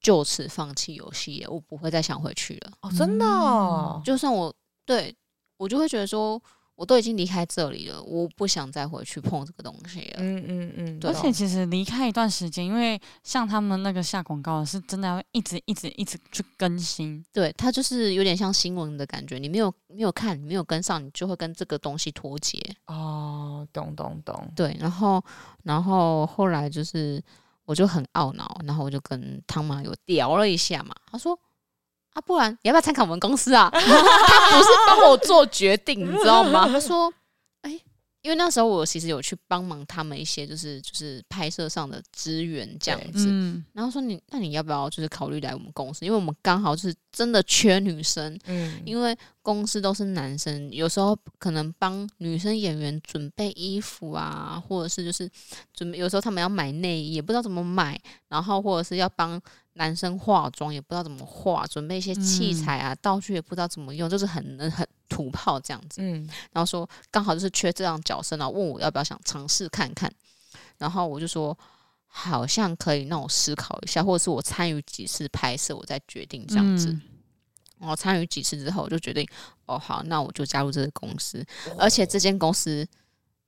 C: 就此放弃游戏业，我不会再想回去了。
A: 哦，真的哦，
C: 嗯就算我对我就会觉得说，我都已经离开这里了，我不想再回去碰这个东西了。
A: 嗯嗯嗯，
C: 对
B: 而
A: 懂
B: 且其实离开一段时间，因为像他们那个下广告是真的要一直一直一直去更新，
C: 对，它就是有点像新闻的感觉，你没有没有看，你没有跟上，你就会跟这个东西脱节。
A: 哦，懂懂懂，
C: 对，然后然后后来就是我就很懊恼，然后我就跟汤马有聊了一下嘛，他说。啊，不然你要不要参考我们公司啊？他 [laughs] 不是帮我做决定，你知道吗？他说，哎、因为那时候我其实有去帮忙他们一些，就是就是拍摄上的资源这样
A: 对
C: 子。
B: 嗯，
C: 然后说你，那你要不要就是考虑来我们公司？因为我们刚好就是真的缺女生，
A: 嗯，
C: 因为公司都是男生，有时候可能帮女生演员准备衣服啊，或者是就是准备，有时候他们要买内衣也不知道怎么买，然后或者是要帮男生化妆也不知道怎么化，准备一些器材啊、道具也不知道怎么用，就是很很土炮这样子。
A: 嗯，
C: 然后说刚好就是缺这样角色，然后问我要不要想尝试看看，然后我就说。好像可以让我思考一下，或者是我参与几次拍摄，我再决定这样子。
B: 嗯
C: 我哦参与几次之后，我就决定，哦，好，那我就加入这个公司，而
A: 哦
C: 且这间公司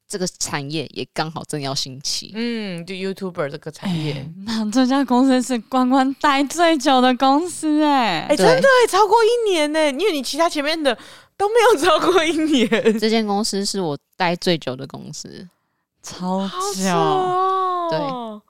C: 这个产业也刚好正要兴起。
A: 嗯，就 YouTuber 这个产业，
B: 那嗯这家公司是关关待最久的公司哎、
A: 哎，真的哎超过一年呢，因为你其他前面的都没有超过一年，
C: 这间公司是我待最久的公司，
B: 超
A: 好扯
B: 久，
A: 哦，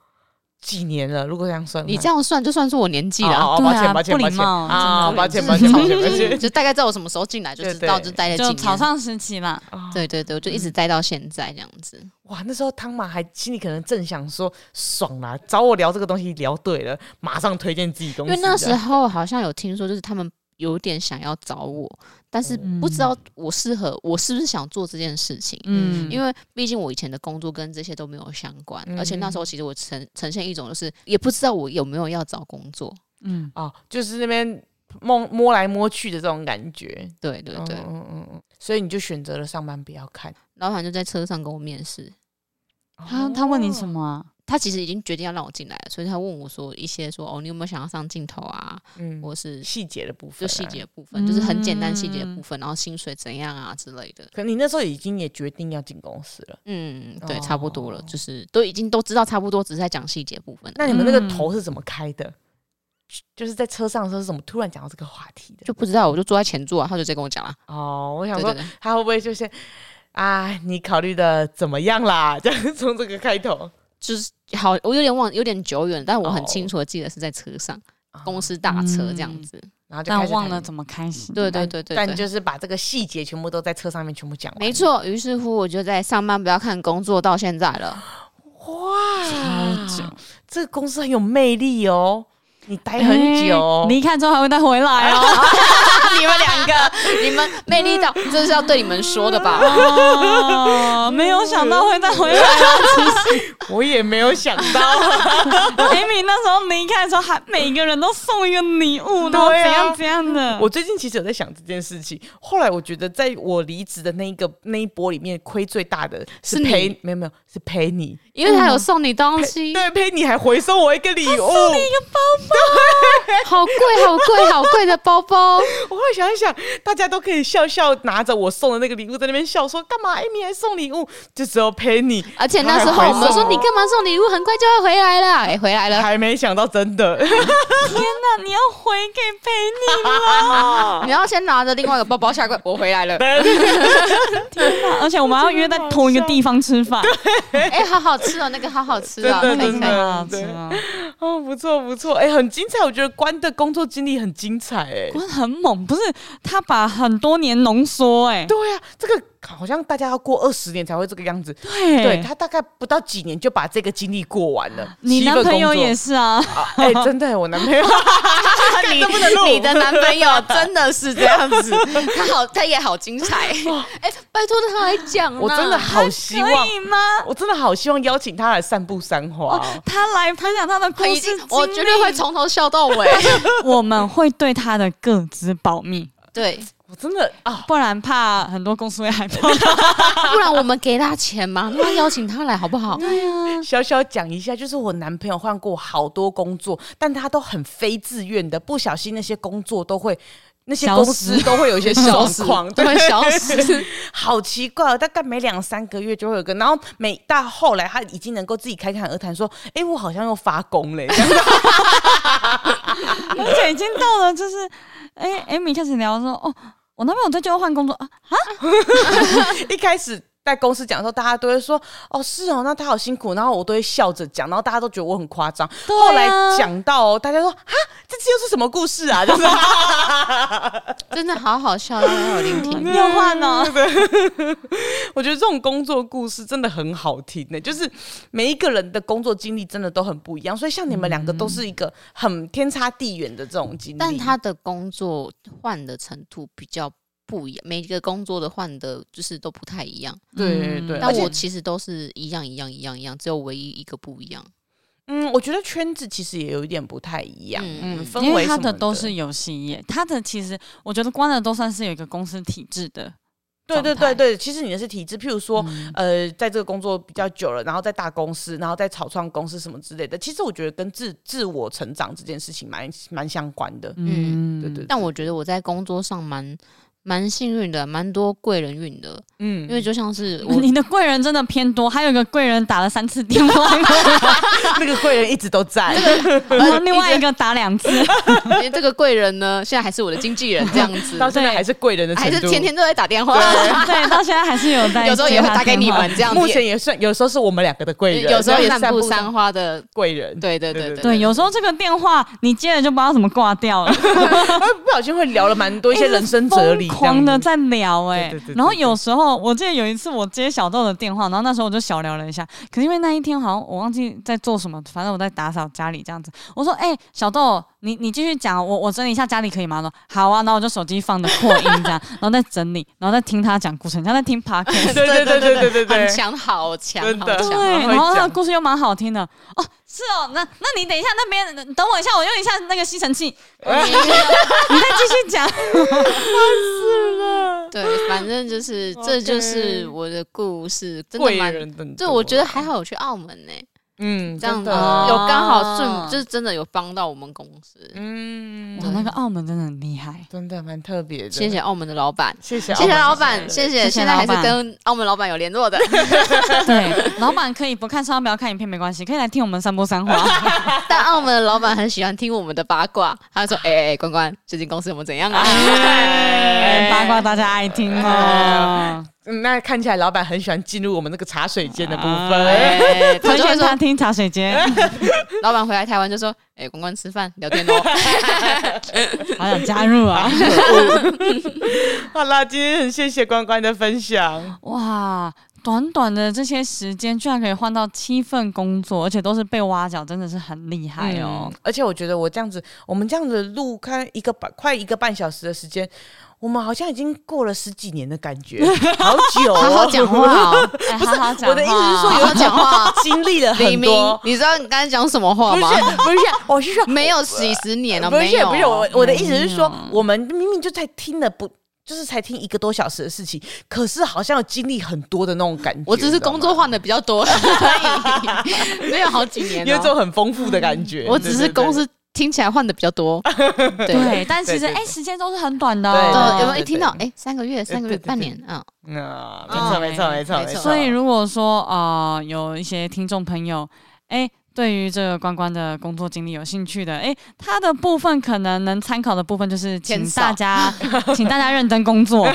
A: 对，几年了？如果这样算的话，
C: 你这样算就算是我年纪
A: 嗯哦
C: 了，
A: 哦
B: 对
A: 抱
B: 啊
A: 歉抱歉
B: 不
A: 抱
B: 礼
A: 歉
B: 貌
A: 啊，
B: 真的
A: 抱歉
C: 就
A: 抱
C: 是
A: 歉抱歉抱
C: 就
A: 歉，
C: 是大概知道我什么时候进来，就
A: 对
C: 知道
A: 对
C: 就待了几
B: 就
C: 年。
B: 草上时期啦，
A: 啊
C: 对对对，我就一直待到现在这样子。
A: 哇，那时候汤马还心里可能正想说爽啦，找我聊这个东西聊对了，马上推荐自己公
C: 因
A: 司
C: 为
A: 这样。
C: 那时候好像有听说，就是他们有点想要找我，但是不知道我适合，我是不是想做这件事情。
B: 嗯，
C: 因
B: 为
C: 为毕竟我以前的工作跟这些都没有相关，
A: 嗯
C: 而且那时候其实我呈呈现一种就是也不知道我有没有要找工作，
B: 嗯，
A: 哦，就是那边摸摸来摸去的这种感觉。
C: 对对对，
A: 嗯嗯嗯嗯，所以你就选择了上班不要看。
C: 老板就在车上跟我面试，
A: 哦
B: 他他问你什么啊、
C: 他其实已经决定要让我进来了，所以他问我说一些说哦你有没有想要上镜头
A: 哦？
C: 啊，
A: 嗯，
C: 或是
A: 细节的部分、啊，嗯
C: 就细。节部分，就是很简单细节部分，然后薪水怎样啊之类的，
A: 可你那时候已经也决定要进公司了，
C: 嗯，对，
A: 哦
C: 差不多了，就是都已经都知道差不多，只是在讲细节部分，
A: 那你们那个头是怎么开的？就是在车上的时候，是怎么突然讲到这个话题的？
C: 就不知道我就坐在前座啊，他就直接跟我讲了，
A: 哦，我想
C: 对
A: 说
C: 对对，
A: 他会不会就是啊，你考虑的怎么样啦？ [laughs] 这样从这个开头，
C: 就是好，我有点忘，有点久远，但我很
A: 哦
C: 清楚的记得是在车上。
A: 啊
C: 公，司大车这样子。
A: 然后就开
B: 但
A: 始
B: 忘
A: 谈
B: 了怎么开始，
C: 对对对对
A: 嗯但
C: 对，
A: 就是把这个细节全部都在车上面全部讲完。
C: 没错。于是乎，我就在上班不要看工作到现在
A: [laughs]
C: 了。
A: 哇，
B: 超久，
A: 啊这个公司很有魅力哦，你待很久哦
B: 哎，离开之后还会再回来哦。
A: 啊
C: 你们两个，你们魅力到，这是要对你们说的吧？
A: 嗯
B: 哦，没有想到会再回来啊！
A: [laughs] 我也没有想到，
B: 其实 Amy 那时候离开的时候，还每个人都送一个礼物，然后怎
A: 对啊
B: 样怎样
C: [laughs]
B: 的。
A: 我最近其实有在想这件事情。后来我觉得，在我离职的那一个那一波里面，亏最大的是
C: 是你
A: 陪，没有没有是陪你，
C: 因为他有送你东西，
A: [laughs] 对，陪你还回收我一个礼物，
B: 送你一个包包，
C: 好贵，好贵，好贵的包包，
A: 我后来想一想，大家都可以笑笑拿着我送的那个礼物在那边笑说，干嘛艾米还送礼物？就只有 Penny
C: 而且那时候我们说你干嘛送礼物，很快就会
A: [laughs]
C: 回来了，哎、回来了，
A: 还没想到真
C: [laughs]
A: 的，
B: 天哪，你要回给陪你了！
C: 你要先拿着另外一个包包下跪，我回来了，
B: 天
A: [laughs]
B: 哪，而且我们要约在同一个地方吃饭，
C: 哎、好好吃哦，那个好好吃哦，可
A: [laughs] 真
C: 以
A: 的
C: 可
A: 真
C: 以
A: 的
B: 真
C: 可以，
B: 的真的，
A: [laughs] 哦，不错不错，哎、很精彩，我觉得关的工作经历很精彩、哎
B: 不。是很猛，不是他把很多年浓缩，哎，
A: 对啊，这个好像大家要过二十年才会这个样子。
B: 对
A: 对他大概不到几年就把这个经历过完了。
B: 你
A: 七个
B: 男朋友
A: 工作
B: 也是啊，
A: 啊
B: [laughs]
A: 哎、真的、我男朋友
C: 你
A: 这不能录
C: 你的男朋友 [laughs] 真的是这样子，他好，他也好精彩。 [laughs] 哎、拜托他来讲啦，啊
A: 我真的好希望
B: 可，以啊吗？
A: 我真的好希望邀请他来散步山花哦、
B: 他来分享他的故
C: 我已
B: 事
C: 经
B: 经历，，
C: 我绝对会从头笑到尾。
A: [laughs]
B: 我们会对他的个资保密，
C: [laughs] 对，
A: 我真的啊，
B: 不然怕很多公司会害怕。
C: 不然我们给他钱嘛，那邀请他来好不好？
A: 小小讲一下，就是我男朋友换过好多工作，但他都很非自愿的，不小心那些工作都会。那些
B: 消
A: 公
B: 失
A: 司都会有一些状
B: [laughs]
A: 况，
C: 都
A: 对
C: 会消失。
A: [laughs] 好奇怪、哦，大概每两三个月就会有一个，然后每到后来他已经能够自己侃侃而谈，说：“哎、我好像又发功嘞。 [laughs] 这样
B: 而且已经到了，就是哎，艾米开始聊说，哦，我男朋友在就要换工作啊，
A: 子”一开始在公司讲的时候，大家都会说：“哦，是哦，那他好辛苦。”然后我都会笑着讲，然后大家都觉得我很夸张。
B: 对啊
A: 后来讲到、哦，大家说：“啊，这次又是什么故事啊？” [laughs] 就是
C: 真的好好笑，大家有聆 [laughs] 听。
B: 又
A: [laughs]
B: 换了，
A: 我觉得这种工作故事真的很好听呢、就是每一个人的工作经历真的都很不一样，所以像你们两个都是一个很天差地远的这种经历。
C: 但他的工作换的程度比较不一样，每一个工作的换的就是都不太一样。
A: 对对对，
B: 嗯
A: 而
C: 但
A: 且
C: 我其实都是一样一样一样一样，只有唯一一个不一样。
A: 嗯，我觉得圈子其实也有一点不太一样，
C: 嗯
A: 嗯，
C: 嗯
A: 氛
B: 因
A: 围
B: 为他
A: 什么
B: 的都是游戏业，他的其实我觉得关的都算是有一个公司体制的
A: 对对
B: 状态，
A: 对对，其实你的是体制，譬如说。
B: 嗯
A: 呃，在这个工作比较久了，然后在大公司，然后在草创公司什么之类的，其实我觉得跟自自我成长这件事情蛮蛮相关的。
B: 嗯
A: 对对
C: 但我觉得我在工作上蛮蛮幸运的，蛮多贵人运的，
A: 嗯， [laughs]
C: 因为就像是我
B: 你的贵人真的偏多，还有一个贵人打了三次电
C: [laughs]
B: 话，
A: 那个贵人一直都在，
B: 然后另外一个打
C: [laughs]
B: 两次，
C: 因为哎这个贵人呢，现在还是我的经纪人这样子，
A: 到现在还是贵人的程
C: 还
A: 度，啊
C: 是天天都在打电话，
B: 对，到现在还是有在，
C: 有时候也会打给你们。这样子。
A: 目前也算，有时候是我们两个的贵人，
C: 有时候也散
A: 散
C: 步
A: 步
C: 三花的，
A: 贵人，
C: 对对对
A: 对
B: 对，有时候这个电话你接了就不知道怎么挂掉了，
A: 不小心会聊了蛮多一些人生哲理
B: 疯
A: 这样子，
B: 狂的在聊哎、
A: 对对对对
B: 然后有时候我记得有一次我接小豆的电话，然后那时候我就小聊了一下，可是因为那一天好像我忘记在做什么，反正我在打扫家里这样子。我说：“哎、小豆，你你继续讲，我我整理一下家里可以吗？”他说：“好啊。”然后我就手机放的扩音这样，然后再整理，然后再听他讲故事，很像在听 podcast。
A: 对对对对对对对
C: 很，强，好强，
A: 真
C: 好
A: 的
C: 强。
B: 对，
A: 然后会
B: 然后那
A: [laughs] 讲
B: 个故事又蛮好听的哦，是哦，那那你等一下那边，等我一下，我用一下那个吸尘器， [laughs]
C: 嗯
A: [laughs]
B: 你再继续讲。
C: 对，反正就是，这就是我的故事，真的
A: 贵
C: 蛮。
A: 人等，
C: 对，我觉得还好，有去澳门呢、
A: 嗯，
C: 这样
A: 真
C: 子
A: 的啊
C: 有
B: 哦
C: 刚好顺，就是真的有帮到我们公司。
A: 嗯
B: 哇，那个澳门真的很厉害，
A: 真的蛮特别的，
C: 谢谢澳门的老板，
A: 谢谢
C: 谢谢老
A: 澳门
C: 板，
A: 的
C: 谢
B: 谢
C: 谢。
B: 谢
C: 现在还
B: 老板
C: 是跟澳门老板有联络的， [laughs]
B: 对，老板可以不看上班表、看影片没关系，可以来听我们三波三话。
C: 但澳门的老板很喜欢听我们的八卦，
A: [laughs]
C: 他就说：“哎、哎、关关，最近公司有没有怎样啊？”
B: 哎八卦大家爱听哦，
A: 嗯那看起来老板很喜欢进入我们那个茶水间的部分。
C: 哎他
B: 推
C: 就会
B: 荐
C: 说
B: 他，听茶水间，
C: 老板回来台湾就说：“哎、关关吃饭
A: [laughs]
C: 聊天哦
A: 哦
C: 喽。
B: 好想加入啊！
A: 好啦，今天很谢谢关关的分享，
B: 哇，短短的这些时间，居然可以换到七份工作，而且都是被挖角，真的是很厉害哦
A: 嗯。！而且我觉得我这样子，我们这样子录看一个半快一个半小时的时间，我们好像已经过了十几年的感
C: [laughs]
A: 觉，好久、”哦，
C: 好好讲话、哦，
B: 哎好好讲话，
A: 我的意思是说
C: 好
A: 有
C: 好讲话。
A: [laughs] 经历了 [laughs]
C: 李
A: 很
C: 明
A: 多，，
C: 你知道你刚才讲什么
A: 不
C: 话
A: 是
C: 吗？
A: 不是，我是说
C: 没有几十年了，哦
A: 不
C: 没
A: 是
C: 有，
A: 不是我我的意思是说
B: 没有，
A: 我们明明就才听了不。就是才听一个多小时的事情，可是好像有经历很多的那种感觉。
C: 我只是工作
A: 化，
C: 换的比 [laughs] 较多而已，没有好几年
A: 有一
C: 了。
A: 种很丰富的感觉。
C: 嗯我只是公司听起来换的比较
A: [laughs]
C: 多，对。
B: 对，但其实
A: 对对
B: 哎，时间都是很短的
A: 对
C: 呃，有
B: 哦，
C: 没有一
A: 对
C: 听到
A: 对
C: 哎，三个月，三个
A: 对
C: 月，
A: 对
C: 半
A: 对
C: 年，嗯，
A: 啊，没
C: 哦
A: 错没错没错
C: 没
A: 没
C: 错
A: 错。
B: 所以如果说啊、呃有一些听众朋友，哎、对于这个关关的工作经历有兴趣的，哎、他的部分可能能参考的部分就是，请
C: 偏少
B: 大家，请大家认真工 [laughs] 作。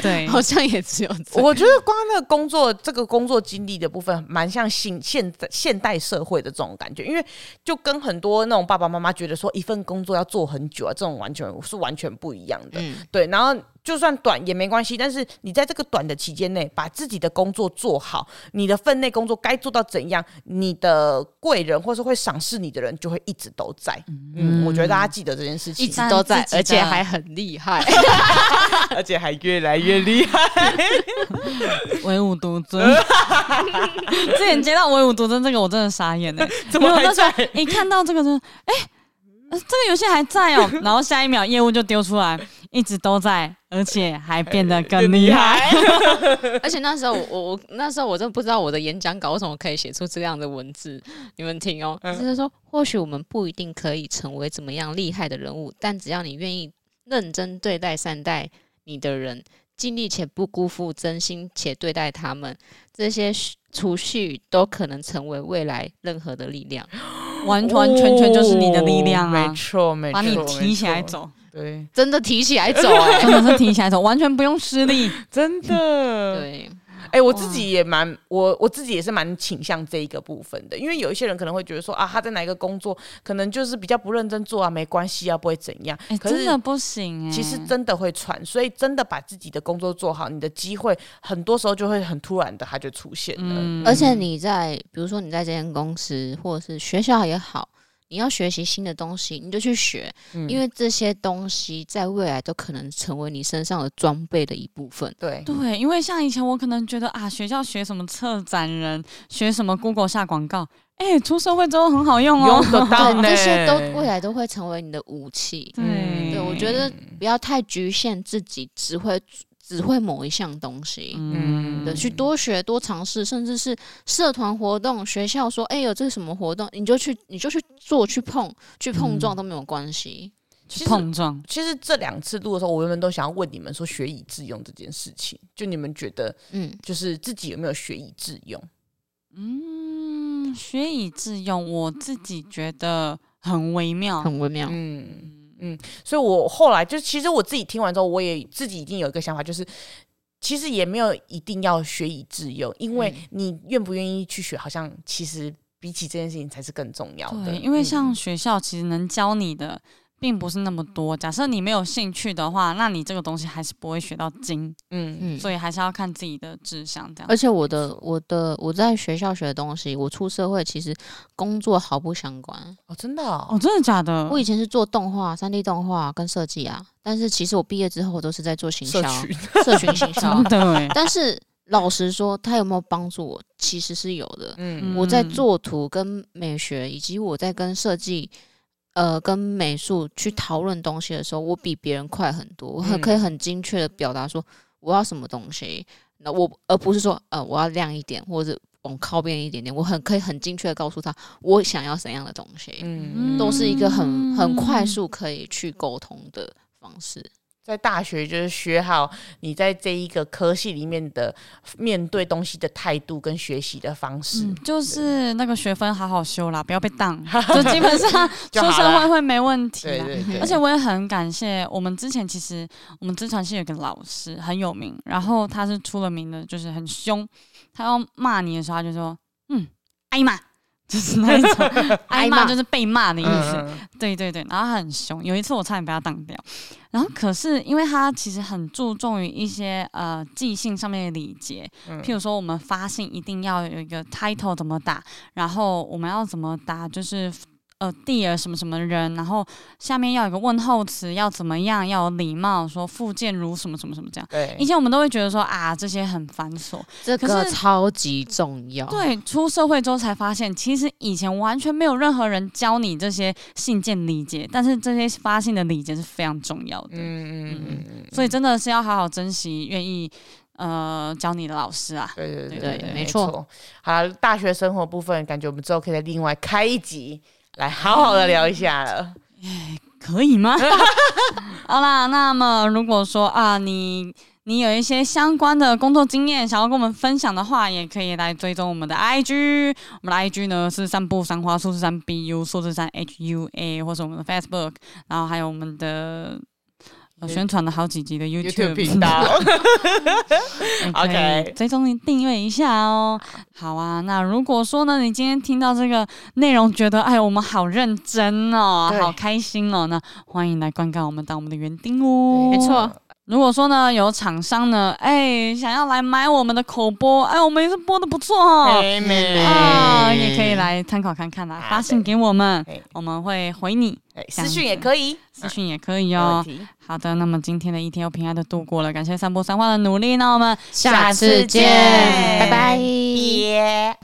B: 对
C: [laughs] 好像也只有这样。
A: 我觉得光那个工作这个工作经历的部分，蛮像现现在现代社会的这种感觉，因为就跟很多那种爸爸妈妈觉得说一份工作要做很久啊，这种完全是完全不一样的。
C: 嗯，
A: 对，然后就算短也没关系，但是你在这个短的期间内把自己的工作做好，你的分内工作该做到怎样，你的贵人或是会赏识你的人就会一直都在。嗯，我觉得大家记得这件事
C: 一
A: 情，
C: 直 [laughs] 都在
B: 自，己的
C: 而且还很厉害。
A: [laughs] 而且还越来越厉害。
B: 唯吾独尊。 [laughs] 之前接到唯吾独尊这个，我真的傻眼 [laughs] 哎、
A: 怎么
B: 因为我
A: [laughs] 还
B: 那时
A: 在？
B: 候一看到这个就，哎、呃这个游戏还在哦、然后下一秒业务就丢出来，一直都在，而且还变得更 [laughs] 厉害。
C: [laughs] 而且那时候我我我那时候我真的不知道我的演讲稿为什么可以写出这样的文字，你们听哦，就是说或许我们不一定可以成为怎么样厉害的人物，但只要你愿意认真对待善待你的人，尽力且不辜负真心且对待他们，这些蓄储蓄都可能成为未来任何的力量。
B: 完完全全就是你的力量
A: 哦没
B: 啊，
A: 错，没错，
B: 把你提起
A: 没
B: 来
A: 错。
B: 走， [laughs]
A: 对，
C: 真的提起来走哎、
B: 真的是提起来走，完全不用施力。
A: 真的。
C: 对，
A: 哎、我自己也蛮，我我自己也是蛮倾向这一个部分的，因为有一些人可能会觉得说啊，他在哪一个工作，可能就是比较不认真做啊，没关系啊，不会怎样。
B: 哎、
A: 可是
B: 真的不行哎、
A: 其实真的会喘，所以真的把自己的工作做好，你的机会很多时候就会很突然的，它就出现了。
B: 嗯
C: 而且你在比如说你在这间公司或者是学校也好，你要学习新的东西，你就去学，
A: 嗯
C: 因为这些东西在未来都可能成为你身上的装备的一部分。
A: 对，
B: 对，因为像以前我可能觉得啊，学校学什么策展人，学什么 Google 下广告，哎、出社会之后很好用哦。
A: 用得到
C: 对，
A: 呢，
C: 这些都未来都会成为你的武器。
B: 对，
C: 对，我觉得
B: 嗯
C: 不要太局限自己，只会只会某一项东西。
B: 嗯，
C: 对，去多学多尝试，甚至是社团活动、学校说，哎、有这个什么活动，你就去，你就去做，去碰，去碰
B: 嗯
C: 撞都没有关系。
B: 去碰撞。
A: 其实这两次录的时候，我原本都想要问你们说学以致用这件事情，就你们觉得
C: 嗯，
A: 就是自己有没有学以致用？
B: 嗯，学以致用，我自己觉得很微妙。
C: 很微妙。
A: 嗯嗯，所以我后来就其实我自己听完之后，我也自己已经有一个想法，就是其实也没有一定要学以致用，因为你愿不愿意去学，好像其实比起这件事情才是更重要的。
B: 对，因为像
A: 嗯
B: 学校其实能教你的并不是那么多。假设你没有兴趣的话，那你这个东西还是不会学到精，
A: 嗯
C: 嗯，
B: 所以还是要看自己的志向这样。
C: 而且我的我的我在学校学的东西，我出社会其实工作毫不相关。
A: 哦，真的哦，
B: 哦，真的假的？
C: 我以前是做动画、三 D 动画跟设计啊，但是其实我毕业之后都是在做行销
A: 社、群
C: 社群 [laughs] 行销
B: 真
C: 啊。
B: 的
A: [laughs]
B: 哎，
C: 但是老实说，它有没有帮助我，其实是有的。
A: 嗯
C: 我在做图跟美学，以及我在跟设计。呃，跟美术去讨论东西的时候，我比别人快很多，我很
A: 嗯
C: 可以很精确的表达说我要什么东西，那我而不是说呃我要亮一点或者往靠边一点点，我很可以很精确的告诉他我想要怎样的东西，
A: 嗯，
C: 都是一个很很快
B: 嗯
C: 速可以去沟通的方式。
A: 在大学就是学好你在这一个科系里面的面对东西的态度跟学习的方式。
B: 嗯，就是那个学分好好修啦，不要被当，
A: [laughs]
B: 就基本上
A: 就
B: 出
A: 好
B: 社
A: 了
B: 会会没问题
A: 对
B: 啦。
A: 对对，
B: 而且我也很感谢我们之前其实我们资传系有一个老师很有名，然后他是出了名的，就是很凶。他要骂你的时候，他就说：“嗯，挨骂。” [laughs] 就是那
A: [laughs]
B: 一种挨
C: 挨
B: 骂，
C: 骂
B: 就是被骂的意思。
A: 嗯
B: 对对对，然后他很凶。有一次我差点被他当掉，然后可是因为他其实很注重于一些呃记性上面的礼节，
A: 嗯
B: 譬如说我们发信一定要有一个 title 怎么打，然后我们要怎么打，就是呃 dear 什么什么人，然后下面要有一个问候词，要怎么样，要有礼貌，说附件如什么什么什么这样。
A: 对
B: 以前我们都会觉得说啊这些很繁琐，
C: 这
B: 可
C: 个
B: 是
C: 超级重要。
B: 对，出社会之后才发现，其实以前完全没有任何人教你这些信件礼节，但是这些发信的礼节是非常重要的，
A: 嗯嗯嗯嗯，
B: 所以真的是要好好珍惜愿意呃教你的老师啊。
A: 对对对
B: 对
A: 对，
C: 没
A: 没
C: 错。
A: 好，大学生活部分，感觉我们之后可以再另外开一集来好好的聊一下了。
B: 可以吗？ [laughs] 好啦，那么如果说啊，你你有一些相关的工作经验想要跟我们分享的话，也可以来追踪我们的 IG，我们的 IG 呢是散步三花数字三 BU 数字三 HUA，或是我们的 Facebook，然后还有我们的。呃宣传了好几集的
A: YouTube
B: YouTube
A: 频道，
B: 也可以
A: OK
B: 追踪订阅一下哦。好啊，那如果说呢，你今天听到这个内容，觉得哎，我们好认真哦，
A: 对
B: 好开心哦，那欢迎来观看我们当我们的园丁哦。
C: 没错，
B: 如果说呢，有厂商呢，哎，想要来买我们的口播，哎，我们也是播的不错哦，
A: 妹妹
B: 啊、也可以来参考看看啦，
A: 啊
B: 发信给我们
A: 对，
B: 我们会回你，
A: 哎私讯也可以，
B: 私讯也可以
A: 没问
B: 哦。
A: 题。
B: 好的，那么今天的一天又平安的度过了，感谢三波三花的努力，那我们
A: 下次见
C: 拜拜。
A: 耶。